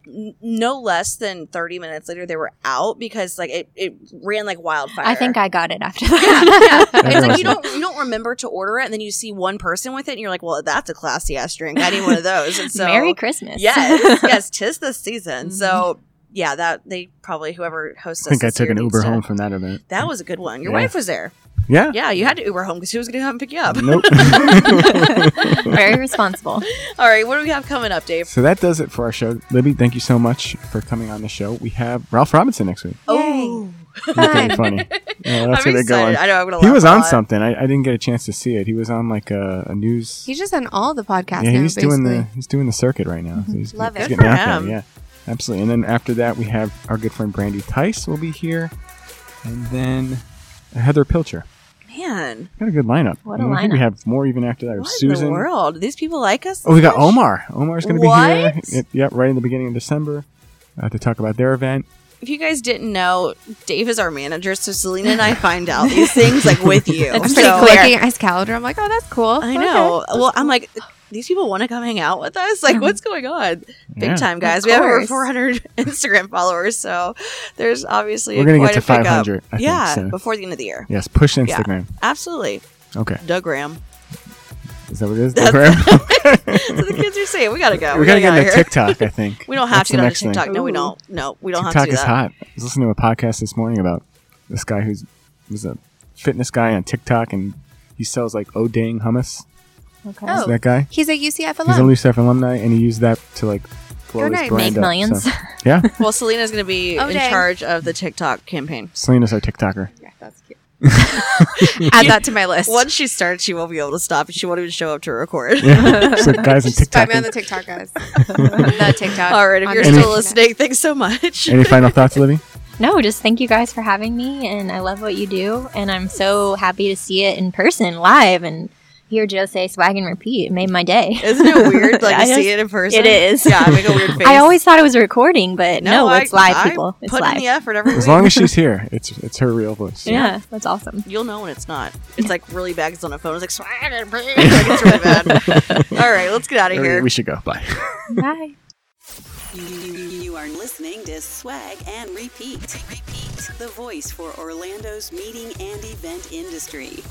Speaker 2: N- No less than 30 minutes later, they were out because like it, it ran like wildfire.
Speaker 5: I think I got it after
Speaker 2: Yeah,
Speaker 5: that.
Speaker 2: yeah. It's
Speaker 4: Everyone's
Speaker 2: like you don't you don't remember to order it, and then you see one person with it, and you're like, "Well, that's a classy ass drink. I need one of those." And so,
Speaker 5: Merry Christmas.
Speaker 2: yes, yes, tis the season. So, yeah, that they probably whoever hosts.
Speaker 4: Mm-hmm. I think I
Speaker 2: us this
Speaker 4: took
Speaker 2: year
Speaker 4: an
Speaker 2: needs
Speaker 4: Uber
Speaker 2: to-
Speaker 4: home from that event.
Speaker 2: That was a good one. Your
Speaker 4: Yeah.
Speaker 2: wife was there.
Speaker 4: Yeah.
Speaker 2: Yeah, you had to Uber home because who was going to come and pick you up?
Speaker 4: Nope.
Speaker 5: Very responsible.
Speaker 2: All right, what do we have coming up, Dave?
Speaker 4: so that does it for our show. Libby, thank you so much for coming on the show. We have Ralph Robinson next week.
Speaker 2: Oh,
Speaker 4: Nothing
Speaker 3: Fun.
Speaker 4: funny. Yeah, that's
Speaker 2: I'm
Speaker 4: where they're
Speaker 2: excited.
Speaker 4: going.
Speaker 2: I know I'm going to.
Speaker 4: He was on something. I, I didn't get a chance to see it. He was on like a, a news.
Speaker 3: He's just on all the podcasts
Speaker 4: yeah,
Speaker 3: now,
Speaker 4: he's
Speaker 3: basically.
Speaker 4: doing the he's doing the circuit right now.
Speaker 2: Mm-hmm.
Speaker 4: So he's,
Speaker 3: Love
Speaker 4: he's
Speaker 3: it.
Speaker 4: getting
Speaker 2: Good for
Speaker 4: out
Speaker 2: him.
Speaker 4: there. Yeah, absolutely. And then after that, we have our good friend Brandy Tice will be here, and then Heather Pilcher.
Speaker 2: Man,
Speaker 4: Got a good lineup.
Speaker 5: What a
Speaker 4: And I think we
Speaker 5: lineup.
Speaker 4: have more even after that. We have
Speaker 2: what
Speaker 4: Susan.
Speaker 2: in the world? These people like us.
Speaker 4: Oh, we got
Speaker 2: so much?
Speaker 4: Omar. Omar's going to be here.
Speaker 2: What?
Speaker 4: Yep, yep, right in the beginning of December. Uh, to talk about their event.
Speaker 2: If you guys didn't know, Dave is our manager, so Selena and I find out these things like with you.
Speaker 3: I'm
Speaker 2: That's
Speaker 3: pretty
Speaker 2: so,
Speaker 3: cool. Looking at his calendar, I'm like, oh, that's cool.
Speaker 2: I
Speaker 3: Okay.
Speaker 2: know. Well, I'm like, these people want to come hang out with us. Like, what's going on? Big
Speaker 4: Yeah.
Speaker 2: time, guys.
Speaker 3: Of
Speaker 2: We have over
Speaker 3: course.
Speaker 2: 400 Instagram followers, so there's obviously
Speaker 4: We're gonna
Speaker 2: quite
Speaker 4: get to
Speaker 2: a pickup.
Speaker 4: 500, I think,
Speaker 2: yeah,
Speaker 4: so.
Speaker 2: before the end of the year.
Speaker 4: Yes, push
Speaker 2: Yeah.
Speaker 4: Instagram.
Speaker 2: Absolutely,
Speaker 4: Okay,
Speaker 2: Doug Graham.
Speaker 4: is that what it is?
Speaker 2: That's-
Speaker 4: Graham?
Speaker 2: So the kids are saying we gotta go.
Speaker 4: We're gonna get
Speaker 2: out
Speaker 4: on
Speaker 2: of
Speaker 4: the
Speaker 2: here.
Speaker 4: TikTok. I think
Speaker 2: We don't have
Speaker 4: That's
Speaker 2: to
Speaker 4: the
Speaker 2: get on the
Speaker 4: next thing.
Speaker 2: TikTok. No, we
Speaker 3: Ooh.
Speaker 2: don't. No, we don't have
Speaker 4: TikTok
Speaker 2: to do
Speaker 4: is
Speaker 2: that.
Speaker 4: hot. I was listening to a podcast this morning about this guy who's was a fitness guy on TikTok and he sells like Odang hummus.
Speaker 5: Okay.
Speaker 3: Oh.
Speaker 4: That guy.
Speaker 3: He's a UCF
Speaker 4: He's a
Speaker 3: alum.
Speaker 4: Lucef alumni and he used that to like blow
Speaker 3: Go
Speaker 4: his
Speaker 3: Knights.
Speaker 4: brand
Speaker 5: Make
Speaker 4: up.
Speaker 5: millions.
Speaker 4: So, yeah.
Speaker 2: Well, Selena's gonna be
Speaker 3: Oh,
Speaker 2: in
Speaker 3: dang.
Speaker 2: charge of the TikTok campaign.
Speaker 4: Selena's our TikToker.
Speaker 3: Yeah, that's cute. Add that to my list.
Speaker 2: Once she starts, she won't be able to stop, and she won't even show up to record.
Speaker 4: Yeah. so guys in
Speaker 3: Just find
Speaker 4: TikTok.
Speaker 3: me on the TikTok, guys. the TikTok.
Speaker 2: All right, if
Speaker 3: On
Speaker 2: you're
Speaker 3: the
Speaker 2: still
Speaker 3: internet.
Speaker 2: listening, thanks so much.
Speaker 4: Any final thoughts, Libby?
Speaker 5: No, just thank you guys for having me, and I love what you do, and I'm so happy to see it in person, live, and hear Joe say "swag and repeat." It made my day.
Speaker 2: Isn't it weird? Like
Speaker 5: I
Speaker 2: you see
Speaker 5: just-
Speaker 2: it in person.
Speaker 5: it is.
Speaker 2: Yeah, I make a weird face.
Speaker 5: I always thought it was a recording, but no,
Speaker 2: I-
Speaker 5: it's live,
Speaker 2: I
Speaker 5: people. It's
Speaker 2: put
Speaker 5: live.
Speaker 2: in the effort every
Speaker 4: As
Speaker 2: week.
Speaker 4: long as she's here, it's it's her real voice.
Speaker 5: yeah, that's awesome.
Speaker 2: You'll know when it's not. It's like really bad. 'cause It's on a phone. It's like, swag and repeat. like it's really bad. All right, let's get out of here.
Speaker 4: We should go. Bye.
Speaker 5: Bye.
Speaker 6: You are listening to Swag and Repeat. Repeat. The voice for Orlando's meeting and event industry.